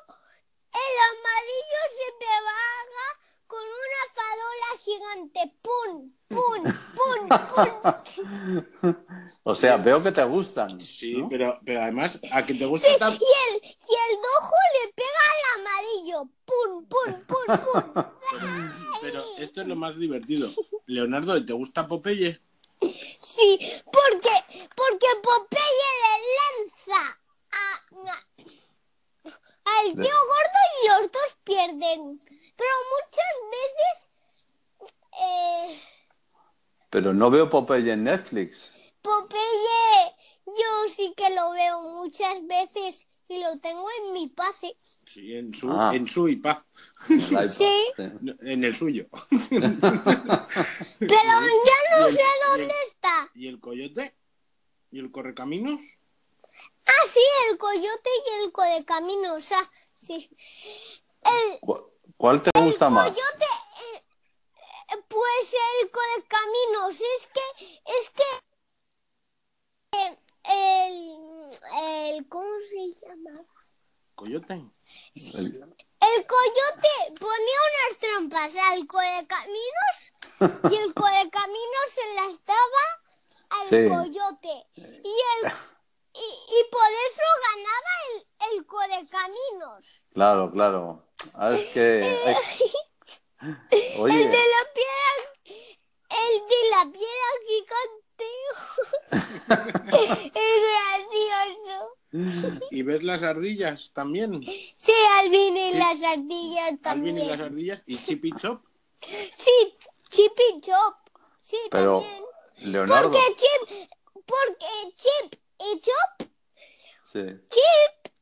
Speaker 4: el amarillo se pegaga con una fadola gigante. ¡Pum! ¡Pum! ¡Pum! ¡Pum!
Speaker 2: O sea, veo que te gustan.
Speaker 1: Sí,
Speaker 2: ¿no?
Speaker 1: pero, pero además, ¿a que te gusta
Speaker 4: Sí, y
Speaker 1: tanto?
Speaker 4: el, y el dojo le pega al amarillo. ¡Pum! ¡Pum! ¡Pum! ¡Pum!
Speaker 1: Pero esto es lo más divertido. Leonardo, ¿te gusta Popeye?
Speaker 4: Sí, porque, porque Popeye le lanza a- a- al tío gordo y los dos pierden. Pero muchas veces eh,
Speaker 2: Pero no veo Popeye en Netflix.
Speaker 4: Popeye yo sí que lo veo muchas veces y lo tengo en mi pase.
Speaker 1: Sí, en su,
Speaker 2: Ah.
Speaker 1: en su IPA.
Speaker 2: en el iPad,
Speaker 4: Sí.
Speaker 2: sí.
Speaker 1: En el suyo.
Speaker 4: Pero ya no
Speaker 1: Y el-
Speaker 4: sé
Speaker 1: y el-
Speaker 4: dónde está.
Speaker 1: ¿Y el coyote? ¿Y el correcaminos?
Speaker 4: Ah, sí, el coyote y el correcaminos. O sea, sí. El,
Speaker 2: ¿Cu- ¿Cuál te gusta más?
Speaker 4: Coyote, eh, eh, pues el correcaminos, es que, es que eh, el, el, ¿cómo se llama?
Speaker 1: ¿Coyote?
Speaker 2: El-
Speaker 4: El coyote ponía unas trampas al correcaminos y el correcaminos se las daba al
Speaker 2: Sí.
Speaker 4: coyote. Y, el, y, y por eso ganaba el, el correcaminos.
Speaker 2: Claro, claro. Ah, Es que. es-
Speaker 4: El
Speaker 2: Oye,
Speaker 4: de la piedra, el de la piedra gigante. es gracioso.
Speaker 1: ¿Y ves las ardillas también?
Speaker 4: Sí, Alvin y las ardillas
Speaker 1: Alvin y las
Speaker 4: también.
Speaker 1: ardillas. ¿Y Chip y Chop?
Speaker 4: Sí, Chip y Chop. Sí,
Speaker 2: pero.
Speaker 4: también.
Speaker 2: Leonardo.
Speaker 4: Porque Chip, porque Chip y Chop,
Speaker 2: Sí.
Speaker 4: Chip,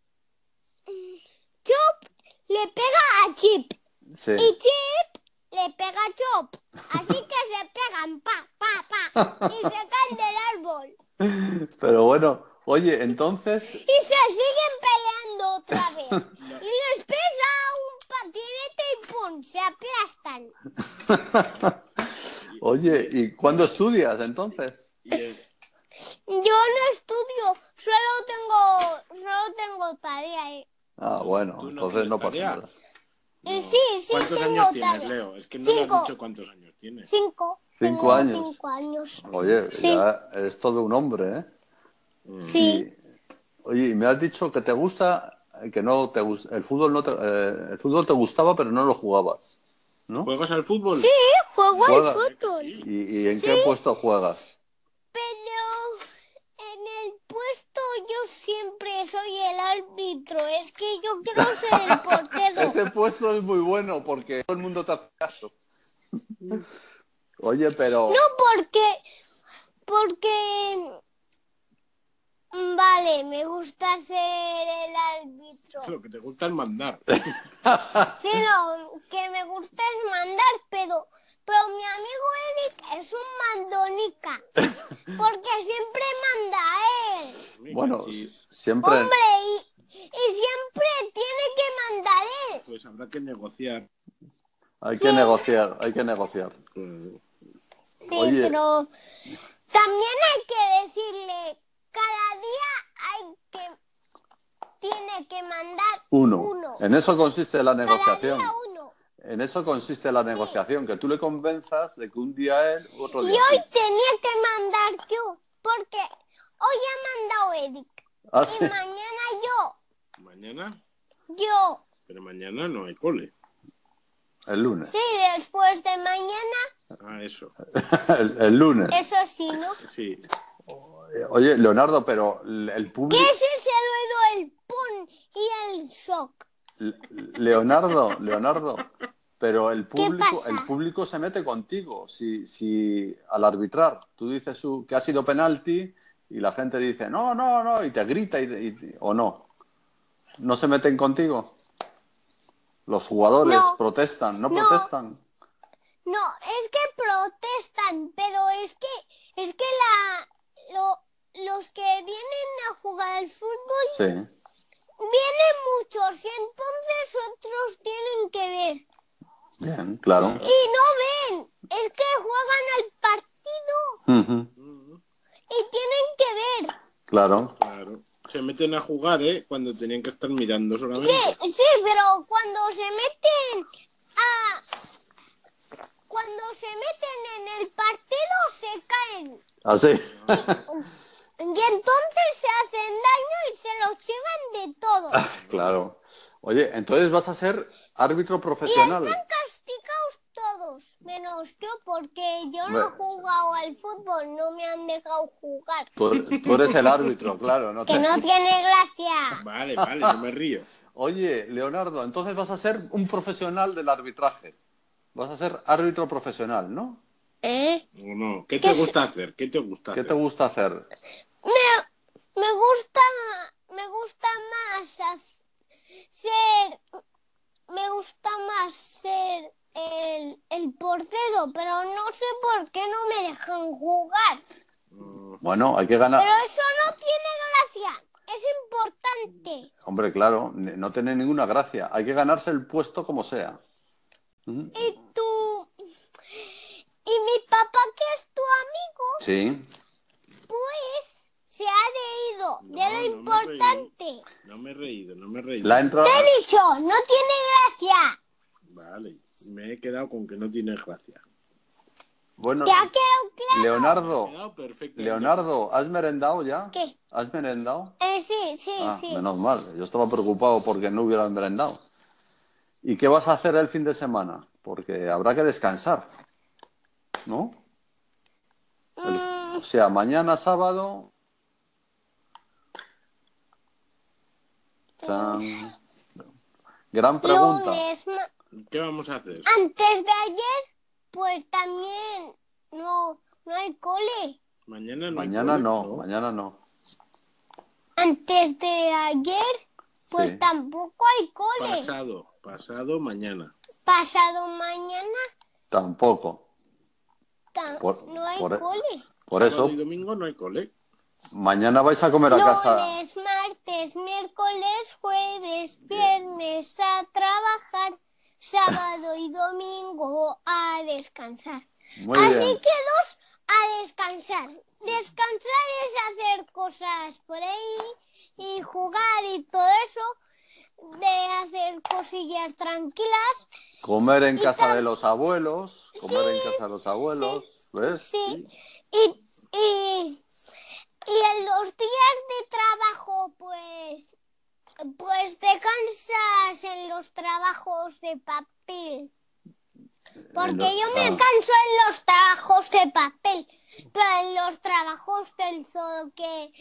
Speaker 4: Chop le pega a Chip
Speaker 2: sí.
Speaker 4: y Chip le pega a Chop. Así que se pegan pa, pa, pa y se caen del árbol.
Speaker 2: Pero bueno, oye, entonces.
Speaker 4: Y se siguen peleando otra vez. Y les pesa un patinete y ¡pum! Se aplastan.
Speaker 2: Oye, ¿y cuándo estudias entonces?
Speaker 1: Y el-
Speaker 4: Yo no estudio, solo tengo, solo tengo tarea. eh.
Speaker 2: Ah, bueno,
Speaker 1: Tú no
Speaker 2: entonces
Speaker 1: tienes
Speaker 2: no pasa
Speaker 1: tarea.
Speaker 2: nada.
Speaker 4: Eh, sí, sí,
Speaker 1: ¿Cuántos
Speaker 4: tengo
Speaker 1: años
Speaker 4: tarea.
Speaker 1: tienes, Leo? Es que no le
Speaker 4: Cinco.
Speaker 1: has dicho cuántos años tienes.
Speaker 4: Cinco.
Speaker 2: Cinco
Speaker 4: Tengo
Speaker 2: años.
Speaker 4: Cinco años.
Speaker 2: Oye,
Speaker 4: Sí.
Speaker 2: ya eres todo un hombre, ¿eh?
Speaker 4: Sí,
Speaker 2: Y- oye, y me has dicho que te gusta, eh, que no te gus- el fútbol no te, eh, el fútbol te gustaba, pero no lo jugabas, ¿no?
Speaker 1: ¿Juegas al fútbol?
Speaker 4: sí, juego
Speaker 2: Juega.
Speaker 4: al fútbol.
Speaker 2: ¿Y, y en qué puesto juegas?
Speaker 4: Pero en el puesto yo siempre soy el árbitro. Es que yo quiero ser el portero.
Speaker 2: Ese puesto es muy bueno porque todo el mundo te hace caso. Oye, pero
Speaker 4: No, porque. Porque. mm, Vale, me gusta gusta ser el árbitro.
Speaker 1: Lo que te gusta es mandar.
Speaker 4: Sí, lo que me gusta es mandar, pero, pero mi amigo Eric es un mandonica. Porque siempre manda a él.
Speaker 2: Bueno,
Speaker 1: Cachis.
Speaker 2: s- siempre.
Speaker 4: Hombre, y, y siempre tiene que mandar él.
Speaker 1: Pues habrá que negociar.
Speaker 2: Hay que negociar, hay que negociar.
Speaker 1: Mm,
Speaker 4: Sí,
Speaker 2: Oye.
Speaker 4: pero también hay que decirle, cada día hay que, tiene que mandar
Speaker 2: Uno.
Speaker 4: Uno.
Speaker 2: En eso consiste la
Speaker 4: cada
Speaker 2: negociación.
Speaker 4: día uno.
Speaker 2: En eso consiste la negociación, que tú le convenzas de que un día él, otro
Speaker 4: Y
Speaker 2: día
Speaker 4: hoy
Speaker 2: tú.
Speaker 4: tenía que mandar yo, porque hoy ha mandado Eric.
Speaker 2: Ah,
Speaker 4: Y
Speaker 2: sí.
Speaker 4: mañana yo,
Speaker 1: Mañana,
Speaker 4: yo.
Speaker 1: pero mañana no hay cole.
Speaker 2: El lunes.
Speaker 4: Sí, después de mañana,
Speaker 1: Ah, eso.
Speaker 2: El, el lunes.
Speaker 4: eso sí, ¿no?
Speaker 1: Sí.
Speaker 2: Oye, Leonardo, pero el
Speaker 4: ¿Qué
Speaker 2: público.
Speaker 4: es ese duelo el pun y el shock?
Speaker 2: Leonardo, Leonardo, pero el público,
Speaker 4: pasa?
Speaker 2: el público se mete contigo si, si al arbitrar tú dices su- que ha sido penalti y la gente dice no, no, no y te grita y, y- o no. ¿No se meten contigo? Los jugadores
Speaker 4: No.
Speaker 2: protestan, no,
Speaker 4: No.
Speaker 2: protestan.
Speaker 4: No, es que protestan, pero es que es que la lo- los que vienen a jugar al fútbol
Speaker 2: Sí.
Speaker 4: vienen muchos y entonces otros tienen que ver
Speaker 2: Bien, claro.
Speaker 4: y no ven, es que juegan al partido
Speaker 2: Ujú,
Speaker 4: y tienen que ver.
Speaker 2: Claro.
Speaker 1: Claro. Se meten a jugar, ¿eh? Cuando tenían que estar mirando solamente.
Speaker 4: Sí, sí, pero cuando se meten a cuando se meten en el partido se caen.
Speaker 2: Así.
Speaker 4: Y entonces se hacen daño y se los llevan de todo.
Speaker 2: Ah. claro. Oye, entonces vas a ser árbitro
Speaker 4: Y
Speaker 2: profesional.
Speaker 4: están castigados todos, menos yo, porque yo no
Speaker 2: Bueno.
Speaker 4: he jugado al fútbol, no me han dejado jugar.
Speaker 2: Tú, tú eres el árbitro, claro. No
Speaker 4: Que
Speaker 2: te-
Speaker 4: no tiene gracia.
Speaker 1: Vale, vale, no me río.
Speaker 2: Oye, Leonardo, entonces vas a ser un profesional del arbitraje. Vas a ser árbitro profesional, ¿no?
Speaker 4: ¿Eh?
Speaker 1: No, no. ¿Qué te
Speaker 4: ¿Qué es-
Speaker 1: gusta hacer? ¿Qué te gusta
Speaker 2: ¿Qué
Speaker 1: hacer?
Speaker 2: te gusta hacer?
Speaker 4: Me, me gusta me gusta más haz- ser me gusta más ser el, el portero, pero no sé por qué no me dejan jugar.
Speaker 2: Bueno, hay que ganar.
Speaker 4: Pero eso no tiene gracia. Es importante.
Speaker 2: Hombre, claro, n- no tiene ninguna gracia. Hay que ganarse el puesto como sea. ¿Mm?
Speaker 4: Y tú. Y mi papá, que es tu amigo,
Speaker 2: Sí.
Speaker 4: pues se ha ido de
Speaker 1: No, no
Speaker 4: lo
Speaker 1: me reí.
Speaker 4: importante.
Speaker 1: No me he reído, no me he reído.
Speaker 2: La entra...
Speaker 4: Te he dicho, no tiene gracia.
Speaker 1: Vale, me he quedado con que no tienes gracia.
Speaker 2: Bueno,
Speaker 4: ¿Te ha quedado claro?
Speaker 1: Me he
Speaker 2: Leonardo,
Speaker 1: quedado perfecto.
Speaker 2: Oh. Leonardo, ¿has merendado ya?
Speaker 4: ¿Qué?
Speaker 2: ¿Has merendado?
Speaker 4: Eh, sí, sí,
Speaker 2: Ah,
Speaker 4: sí.
Speaker 2: menos mal. Yo estaba preocupado porque no hubieras merendado. ¿Y qué vas a hacer el fin de semana? Porque habrá que descansar, ¿no? El-
Speaker 4: Mm,
Speaker 2: O sea, mañana sábado. Chan. Gran pregunta.
Speaker 4: lunes, ma-
Speaker 1: ¿Qué vamos a hacer?
Speaker 4: antes de ayer, pues también no, no hay cole.
Speaker 1: Mañana no. hay
Speaker 2: Mañana
Speaker 1: cole,
Speaker 2: no, mañana no.
Speaker 4: Antes de ayer, pues
Speaker 2: Sí.
Speaker 4: tampoco hay cole.
Speaker 1: Pasado, pasado mañana.
Speaker 4: Pasado mañana
Speaker 2: Tampoco.
Speaker 4: ta-
Speaker 2: Por-
Speaker 4: no hay
Speaker 2: por- e-
Speaker 4: cole.
Speaker 2: Por eso,
Speaker 1: Sábado y domingo no hay cole.
Speaker 2: mañana vais a comer a casa.
Speaker 4: Lunes, martes, miércoles, jueves, viernes a trabajar, sábado y domingo a descansar.
Speaker 2: Muy
Speaker 4: Así
Speaker 2: bien.
Speaker 4: que dos a descansar. Descansar es hacer cosas por ahí y jugar y todo eso, de hacer cosillas tranquilas.
Speaker 2: Comer en
Speaker 4: y
Speaker 2: casa
Speaker 4: tam-
Speaker 2: de los abuelos. Comer en casa de los abuelos. ¿Ves?
Speaker 4: Sí, y, y, y en los días de trabajo, pues, pues descansas en los trabajos de papel. Porque
Speaker 2: En lo-
Speaker 4: yo me
Speaker 2: ah.
Speaker 4: canso en los trabajos de papel, pero en los trabajos del zoo que,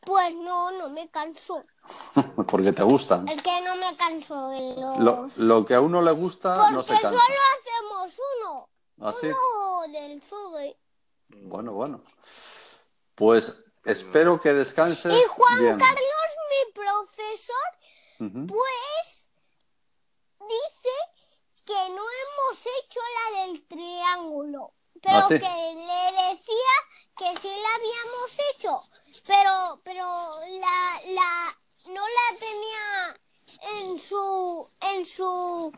Speaker 4: pues no, no me canso.
Speaker 2: Porque te gustan.
Speaker 4: Es que no me canso en los...
Speaker 2: Lo, lo que a uno le gusta
Speaker 4: Porque
Speaker 2: no se
Speaker 4: solo
Speaker 2: cansa. Ah,
Speaker 4: hacemos uno,
Speaker 2: Así.
Speaker 4: uno del zoo. Y
Speaker 2: Bueno, bueno. Pues espero que descanses.
Speaker 4: Juan
Speaker 2: bien.
Speaker 4: Carlos
Speaker 2: Ujú.
Speaker 6: Pues dice que no hemos hecho la del triángulo, pero
Speaker 2: Ah, sí.
Speaker 6: que le decía que sí la habíamos hecho, pero pero la la no la tenía en su en su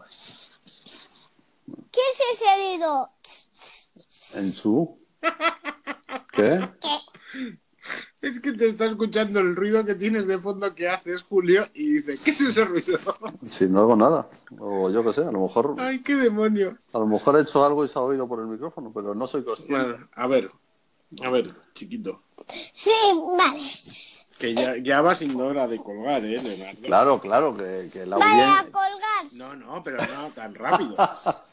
Speaker 6: ¿Qué es ese dedo?
Speaker 2: ¿En su? ¿Qué?
Speaker 1: Es que te está escuchando el ruido que tienes de fondo que haces, Julio, y dice, ¿qué es ese ruido?
Speaker 2: Si no hago nada. O yo qué sé, a lo mejor
Speaker 1: Ay, qué demonio.
Speaker 2: a lo mejor he hecho algo y se ha oído por el micrófono, pero no soy consciente.
Speaker 1: Bueno, a ver, a ver, chiquito.
Speaker 6: Sí, vale.
Speaker 1: Que ya, ya va siendo hora de colgar, ¿eh, Leonardo?
Speaker 2: Claro, claro, que, que la
Speaker 6: Vale, a
Speaker 2: audiencia...
Speaker 6: colgar.
Speaker 1: No, no, pero no tan rápido.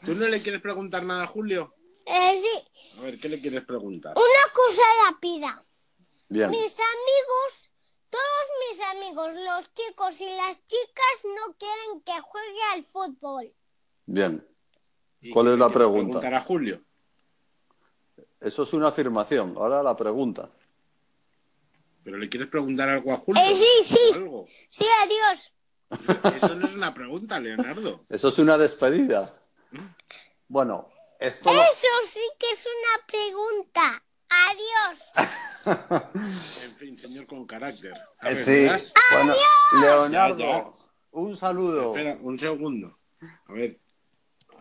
Speaker 1: ¿Tú no le quieres preguntar nada a Julio?
Speaker 6: Eh, sí,
Speaker 1: A ver, ¿qué le quieres preguntar?
Speaker 6: una cosa rápida.
Speaker 2: Bien.
Speaker 6: Mis amigos, todos mis amigos, los chicos y las chicas no quieren que juegue al fútbol.
Speaker 2: Bien.
Speaker 1: ¿Y
Speaker 2: ¿Cuál
Speaker 1: qué
Speaker 2: es la
Speaker 1: le quieres
Speaker 2: pregunta?
Speaker 1: Preguntar a Julio.
Speaker 2: Eso es una afirmación. Ahora la pregunta.
Speaker 1: ¿Pero le quieres preguntar algo a Julio?
Speaker 6: Eh, sí, sí.
Speaker 1: Algo.
Speaker 6: Sí, adiós.
Speaker 1: Eso no es una pregunta, Leonardo.
Speaker 2: Eso es una despedida. Bueno, esto lo-
Speaker 6: Eso sí que es una pregunta. Adiós.
Speaker 1: En fin, señor con carácter. A
Speaker 2: Eh,
Speaker 1: ver,
Speaker 2: Sí.
Speaker 1: ¿verás?
Speaker 2: Bueno,
Speaker 1: Ya, ya.
Speaker 2: Leonardo, un saludo.
Speaker 1: Espera, un segundo. A ver,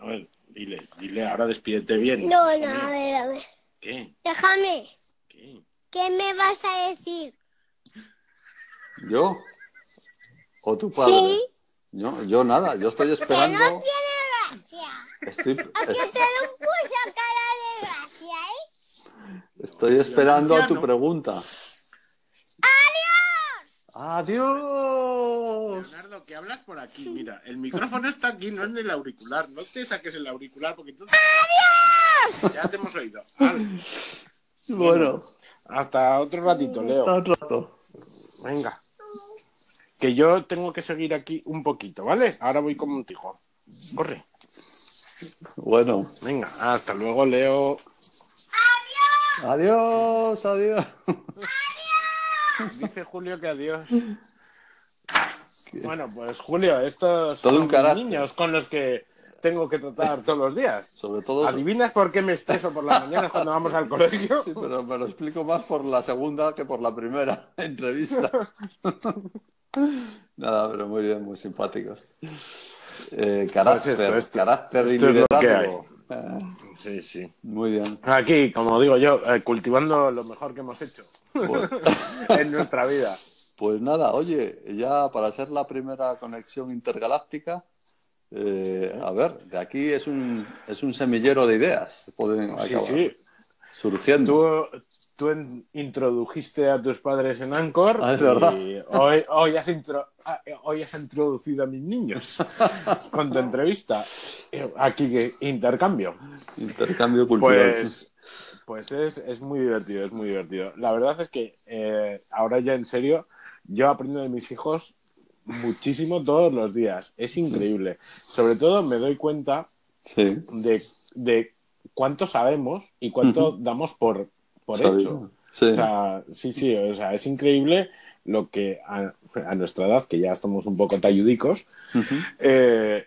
Speaker 1: a ver, dile, dile, ahora despídete bien.
Speaker 6: No, no, a ver, a ver.
Speaker 1: ¿Qué?
Speaker 6: Déjame.
Speaker 1: ¿Qué?
Speaker 6: ¿Qué me vas a decir?
Speaker 2: ¿Yo? ¿O tu padre?
Speaker 6: Sí.
Speaker 2: Yo, yo nada, yo estoy
Speaker 6: Que no
Speaker 2: esperando.
Speaker 6: tiene gracia.
Speaker 2: Estoy,
Speaker 6: Que te doy un pulso a cara de gracia, ¿eh?
Speaker 2: estoy esperando a tu
Speaker 1: Anciano.
Speaker 2: pregunta. ¡Adiós!
Speaker 1: Leonardo, que hablas por aquí, mira, el micrófono está aquí, no es en el auricular, no te saques el auricular porque entonces... ¡Adiós! Ya te hemos oído. Vale.
Speaker 2: Bueno,
Speaker 1: Hasta otro ratito, Leo.
Speaker 2: otro rato.
Speaker 1: Venga. Que yo tengo que seguir aquí un poquito, ¿vale? Ahora voy contigo. Corre.
Speaker 2: Bueno,
Speaker 1: Venga, hasta luego, Leo.
Speaker 2: adiós, adiós.
Speaker 1: Dice Julio que adiós. Bueno, pues Julio, estos
Speaker 2: Todo un
Speaker 1: son
Speaker 2: carácter.
Speaker 1: niños con los que tengo que tratar todos los días.
Speaker 2: Sobre todo.
Speaker 1: ¿Adivinas por qué me estreso por las mañanas cuando vamos al colegio?
Speaker 2: Sí, pero me lo explico más por la segunda que por la primera entrevista. Nada, pero muy bien, muy simpáticos. Eh, carácter,
Speaker 1: Pues esto, esto-
Speaker 2: carácter y
Speaker 1: esto es lo que
Speaker 2: liderazgo. Eh,
Speaker 1: Sí, sí.
Speaker 2: muy bien.
Speaker 1: Aquí, como digo yo, eh, cultivando lo mejor que hemos hecho
Speaker 2: Pues,
Speaker 1: en nuestra vida.
Speaker 2: pues nada, oye, ya para ser la primera conexión intergaláctica, eh, a ver, de aquí es un, es un semillero de ideas. Pueden
Speaker 1: Sí,
Speaker 2: acabar
Speaker 1: sí.
Speaker 2: surgiendo.
Speaker 1: Tú, tú en- introdujiste a tus padres en Anchor
Speaker 2: Ah, es
Speaker 1: y
Speaker 2: verdad.
Speaker 1: hoy, hoy, has intro- ah, hoy has introducido a mis niños con tu entrevista. Eh, Aquí, que intercambio.
Speaker 2: Intercambio cultural. sí.
Speaker 1: Pues, pues es, es muy divertido, es muy divertido. La verdad es que eh, ahora ya en serio, yo aprendo de mis hijos muchísimo todos los días. Es increíble. Sobre todo me doy cuenta
Speaker 2: Sí.
Speaker 1: de, de cuánto sabemos y cuánto damos por, por
Speaker 2: ¿sabes?
Speaker 1: hecho.
Speaker 2: Sí.
Speaker 1: O sea, sí, sí, o sea, es increíble lo que a, a nuestra edad, que ya estamos un poco talludicos,
Speaker 2: Ujú.
Speaker 1: eh,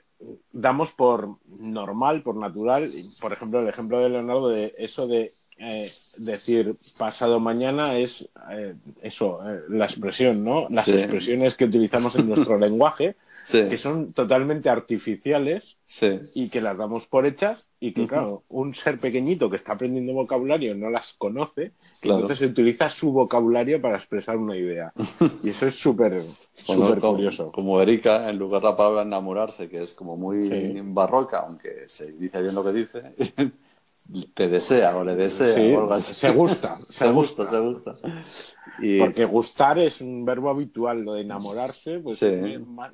Speaker 1: damos por normal, por natural. Por ejemplo, el ejemplo de Leonardo de eso de eh, decir pasado mañana es eh, eso, eh, la expresión, ¿no? Las
Speaker 2: Sí.
Speaker 1: expresiones que utilizamos en nuestro lenguaje,
Speaker 2: Sí.
Speaker 1: que son totalmente artificiales
Speaker 2: Sí.
Speaker 1: y que las damos por hechas y que,
Speaker 2: Ujú.
Speaker 1: claro, un ser pequeñito que está aprendiendo vocabulario no las conoce,
Speaker 2: Claro.
Speaker 1: entonces se utiliza su vocabulario para expresar una idea. Y eso es súper
Speaker 2: Bueno,
Speaker 1: súper
Speaker 2: como,
Speaker 1: curioso.
Speaker 2: como Erika, en lugar de la palabra enamorarse, que es como muy
Speaker 1: Sí.
Speaker 2: barroca, aunque se dice bien lo que dice, te desea o le desea.
Speaker 1: Sí,
Speaker 2: o algo así.
Speaker 1: se gusta,
Speaker 2: se,
Speaker 1: se
Speaker 2: gusta,
Speaker 1: gusta.
Speaker 2: se gusta. Y,
Speaker 1: Porque gustar es un verbo habitual, lo de enamorarse, pues
Speaker 2: Sí.
Speaker 1: es más-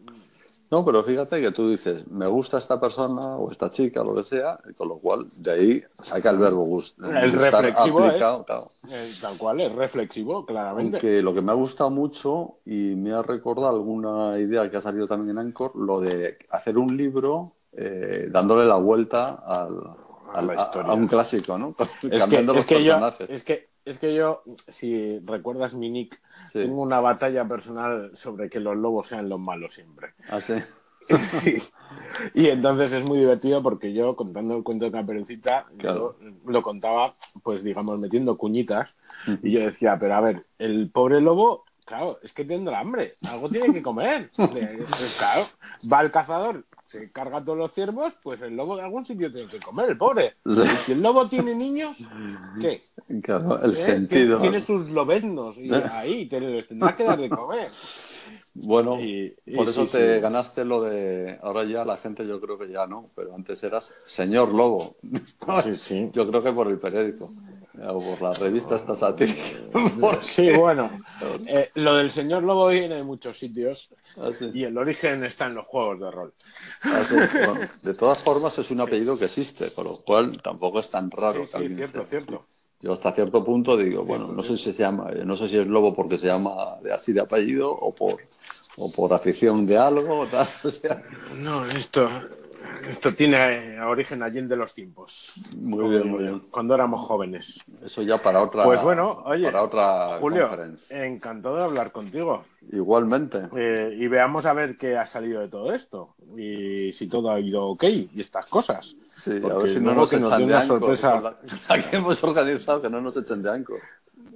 Speaker 2: No, pero fíjate que tú dices, me gusta esta persona o esta chica, lo que sea, y con lo cual de ahí saca el verbo gust- gustar.
Speaker 1: El reflexivo es-
Speaker 2: claro.
Speaker 1: eh, tal cual, es reflexivo, claramente.
Speaker 2: Aunque lo que me ha gustado mucho y me ha recordado alguna idea que ha salido también en Anchor, lo de hacer un libro eh, dándole la vuelta al,
Speaker 1: A la
Speaker 2: al- a-
Speaker 1: historia.
Speaker 2: a un clásico, ¿no?
Speaker 1: Es que,
Speaker 2: Cambiando los
Speaker 1: es que yo,
Speaker 2: personajes.
Speaker 1: es que Es que yo, si recuerdas mi nick,
Speaker 2: Sí.
Speaker 1: tengo una batalla personal sobre que los lobos sean los malos siempre.
Speaker 2: Ah, sí.
Speaker 1: Sí. Y entonces es muy divertido porque yo contando el cuento de Caperucita,
Speaker 2: Claro.
Speaker 1: yo lo contaba, pues digamos, metiendo cuñitas. Y yo decía, pero a ver, el pobre lobo, claro, es que tendrá hambre, algo tiene que comer. Le- pues claro, va el cazador, se carga a todos los ciervos, pues el lobo de algún sitio tiene que comer, el pobre.
Speaker 2: Sí.
Speaker 1: Y si el lobo tiene niños, ¿qué?
Speaker 2: Claro, el
Speaker 1: ¿Eh?
Speaker 2: sentido.
Speaker 1: Tiene sus lobeznos y ahí te les tendrá que dar de comer.
Speaker 2: Bueno,
Speaker 1: Y- y
Speaker 2: por
Speaker 1: sí,
Speaker 2: eso te
Speaker 1: sí.
Speaker 2: ganaste lo de. Ahora ya la gente, yo creo que ya no, pero antes eras señor Lobo.
Speaker 1: Sí, sí.
Speaker 2: Yo creo que por el periódico. O por la revista estás a ti.
Speaker 1: Sí, bueno, eh, lo del señor lobo viene de muchos sitios y el origen está en los juegos de rol.
Speaker 2: Ah, de todas formas, es un apellido que existe, con lo cual tampoco es tan
Speaker 1: Sí,
Speaker 2: raro. que
Speaker 1: sí,
Speaker 2: alguien
Speaker 1: cierto,
Speaker 2: sea-
Speaker 1: cierto.
Speaker 2: Yo hasta cierto punto digo, bueno, no sé si se llama, eh, no sé si es lobo porque se llama de- así de apellido o por o por afición de algo o tal. O sea,
Speaker 1: No, esto, esto tiene eh, origen allí de los tiempos.
Speaker 2: Muy bien, muy bien.
Speaker 1: Cuando éramos jóvenes.
Speaker 2: eso ya para otra
Speaker 1: Pues bueno, oye,
Speaker 2: para otra
Speaker 1: Julio,
Speaker 2: conference.
Speaker 1: encantado de hablar contigo.
Speaker 2: Igualmente.
Speaker 1: Eh, y veamos a ver qué ha salido de todo esto. Y si todo ha ido ok y estas cosas.
Speaker 2: Sí, a
Speaker 1: Porque
Speaker 2: ver si no
Speaker 1: luego
Speaker 2: nos
Speaker 1: que
Speaker 2: echan
Speaker 1: dé
Speaker 2: de
Speaker 1: una
Speaker 2: anco.
Speaker 1: sorpresa.
Speaker 2: La, la que hemos organizado que no nos echen de anco.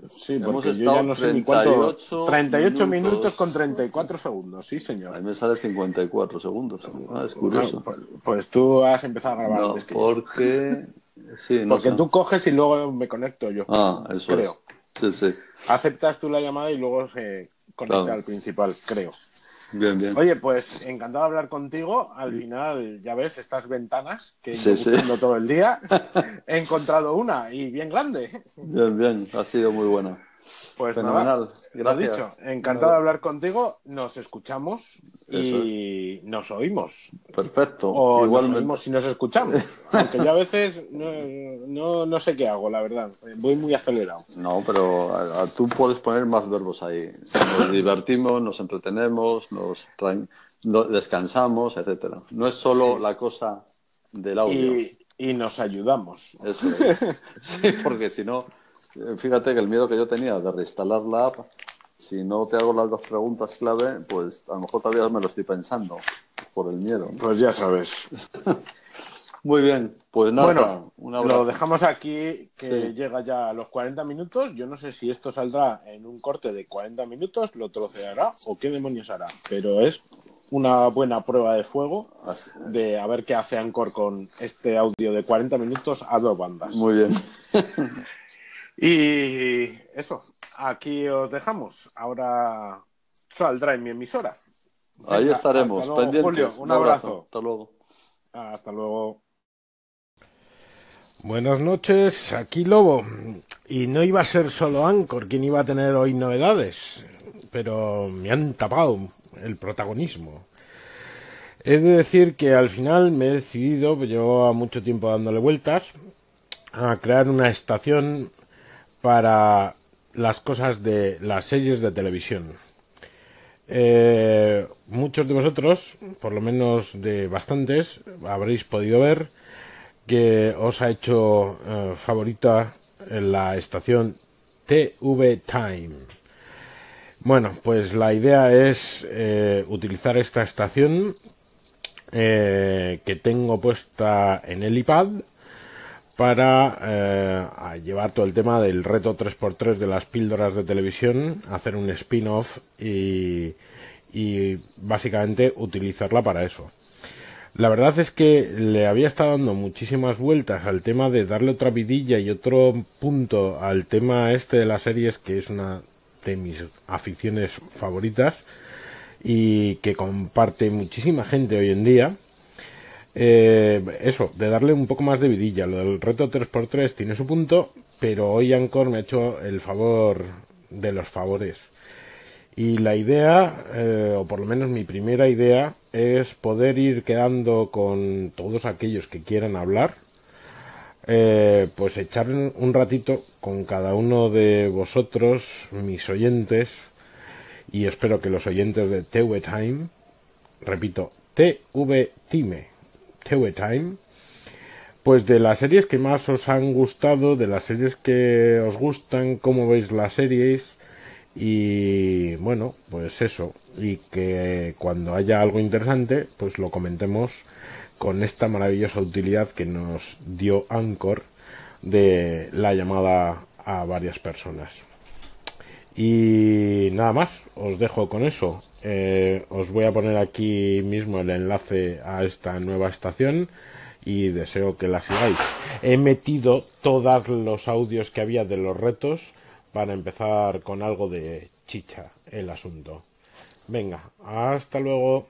Speaker 1: Sí,
Speaker 2: Hemos
Speaker 1: porque yo
Speaker 2: estado
Speaker 1: ya no sé ni cuánto.
Speaker 2: 38
Speaker 1: 38 minutos.
Speaker 2: minutos
Speaker 1: con 34 segundos, sí,
Speaker 2: A
Speaker 1: señor.
Speaker 2: mí me sale 54 segundos. Ah,
Speaker 1: Bueno,
Speaker 2: es curioso.
Speaker 1: pues, pues tú has empezado a grabar
Speaker 2: No,
Speaker 1: antes que yo.
Speaker 2: porque sí, no
Speaker 1: Porque
Speaker 2: sé.
Speaker 1: tú coges y luego me conecto yo.
Speaker 2: Ah, eso es.
Speaker 1: Creo.
Speaker 2: Sí, sí.
Speaker 1: Aceptas tú la llamada y luego se conecta
Speaker 2: Claro.
Speaker 1: al principal, creo.
Speaker 2: Bien, bien.
Speaker 1: Oye, pues encantado de hablar contigo. Al final, ya ves, estas ventanas que he
Speaker 2: Sí,
Speaker 1: ido
Speaker 2: sí.
Speaker 1: buscando todo el día, he encontrado una y bien grande.
Speaker 2: Bien, bien, ha sido muy buena.
Speaker 1: Pues
Speaker 2: Fenomenal.
Speaker 1: nada, lo
Speaker 2: Gracias.
Speaker 1: dicho, encantado de hablar contigo. Nos escuchamos y nos oímos.
Speaker 2: Perfecto.
Speaker 1: O nos
Speaker 2: Igualmente.
Speaker 1: oímos si nos escuchamos. Aunque yo a veces no, no, no sé qué hago, la verdad. Voy muy acelerado.
Speaker 2: No, pero a- a- tú puedes poner más verbos ahí. Nos divertimos, nos entretenemos, nos, traen- no- descansamos, etcétera. No es solo la cosa del audio.
Speaker 1: Y, y nos ayudamos.
Speaker 2: Eso es. Sí, porque si no, eh, fíjate que el miedo que yo tenía de reinstalar la app, si no te hago las dos preguntas clave, pues a lo mejor todavía me lo estoy pensando por el miedo.
Speaker 1: Pues ya sabes.
Speaker 2: Muy bien, pues nada,
Speaker 1: bueno,
Speaker 2: un
Speaker 1: lo
Speaker 2: abrazo.
Speaker 1: dejamos aquí, que
Speaker 2: Sí.
Speaker 1: llega ya a los 40 minutos. Yo no sé si esto saldrá en un corte de 40 minutos, lo troceará o qué demonios hará. Pero es una buena prueba de fuego
Speaker 2: Así-
Speaker 1: de a ver qué hace Anchor con este audio de 40 minutos a dos bandas.
Speaker 2: Muy bien.
Speaker 1: Y eso, aquí os dejamos. Ahora saldrá en mi emisora.
Speaker 2: Ahí
Speaker 1: Venga,
Speaker 2: estaremos,
Speaker 1: hasta luego,
Speaker 2: pendientes.
Speaker 1: Julio, un abrazo.
Speaker 2: Hasta luego.
Speaker 1: Hasta luego.
Speaker 5: Buenas noches, aquí Lobo. Y no iba a ser solo Anchor quien iba a tener hoy novedades, pero me han tapado el protagonismo. He de decir que al final me he decidido, pues llevaba mucho tiempo dándole vueltas, a crear una estación para las cosas de las series de televisión. Eh, muchos de vosotros, por lo menos de bastantes, habréis podido ver que os ha hecho eh, favorita en la estación TV Time. Bueno, pues la idea es eh, utilizar esta estación eh, que tengo puesta en el iPad para eh, a llevar todo el tema del reto 3x3 de las píldoras de televisión, hacer un spin-off y, y básicamente utilizarla para eso. La verdad es que le había estado dando muchísimas vueltas al tema de darle otra vidilla y otro punto al tema este de las series, que es una de mis aficiones favoritas y que comparte muchísima gente hoy en día. Eh, eso, de darle un poco más de vidilla. Lo del reto 3x3 tiene su punto, pero hoy Anchor me ha hecho el favor de los favores. Y la idea, eh, o por lo menos mi primera idea, es poder ir quedando con todos aquellos que quieran hablar, eh, pues echar un ratito con cada uno de vosotros, mis oyentes, y espero que los oyentes de TV Time, repito, TV Time, TV Time,
Speaker 1: Pues de las series que más os han gustado, de las series que os gustan, cómo veis las series y bueno, pues eso. Y que cuando haya algo interesante, pues lo comentemos con esta maravillosa utilidad que nos dio Anchor de la llamada a varias personas. Y nada más, os dejo con eso. Eh, os voy a poner aquí mismo el enlace a esta nueva estación y deseo que la sigáis. He metido todos los audios que había de los retos para empezar con algo de chicha el asunto. Venga, hasta luego.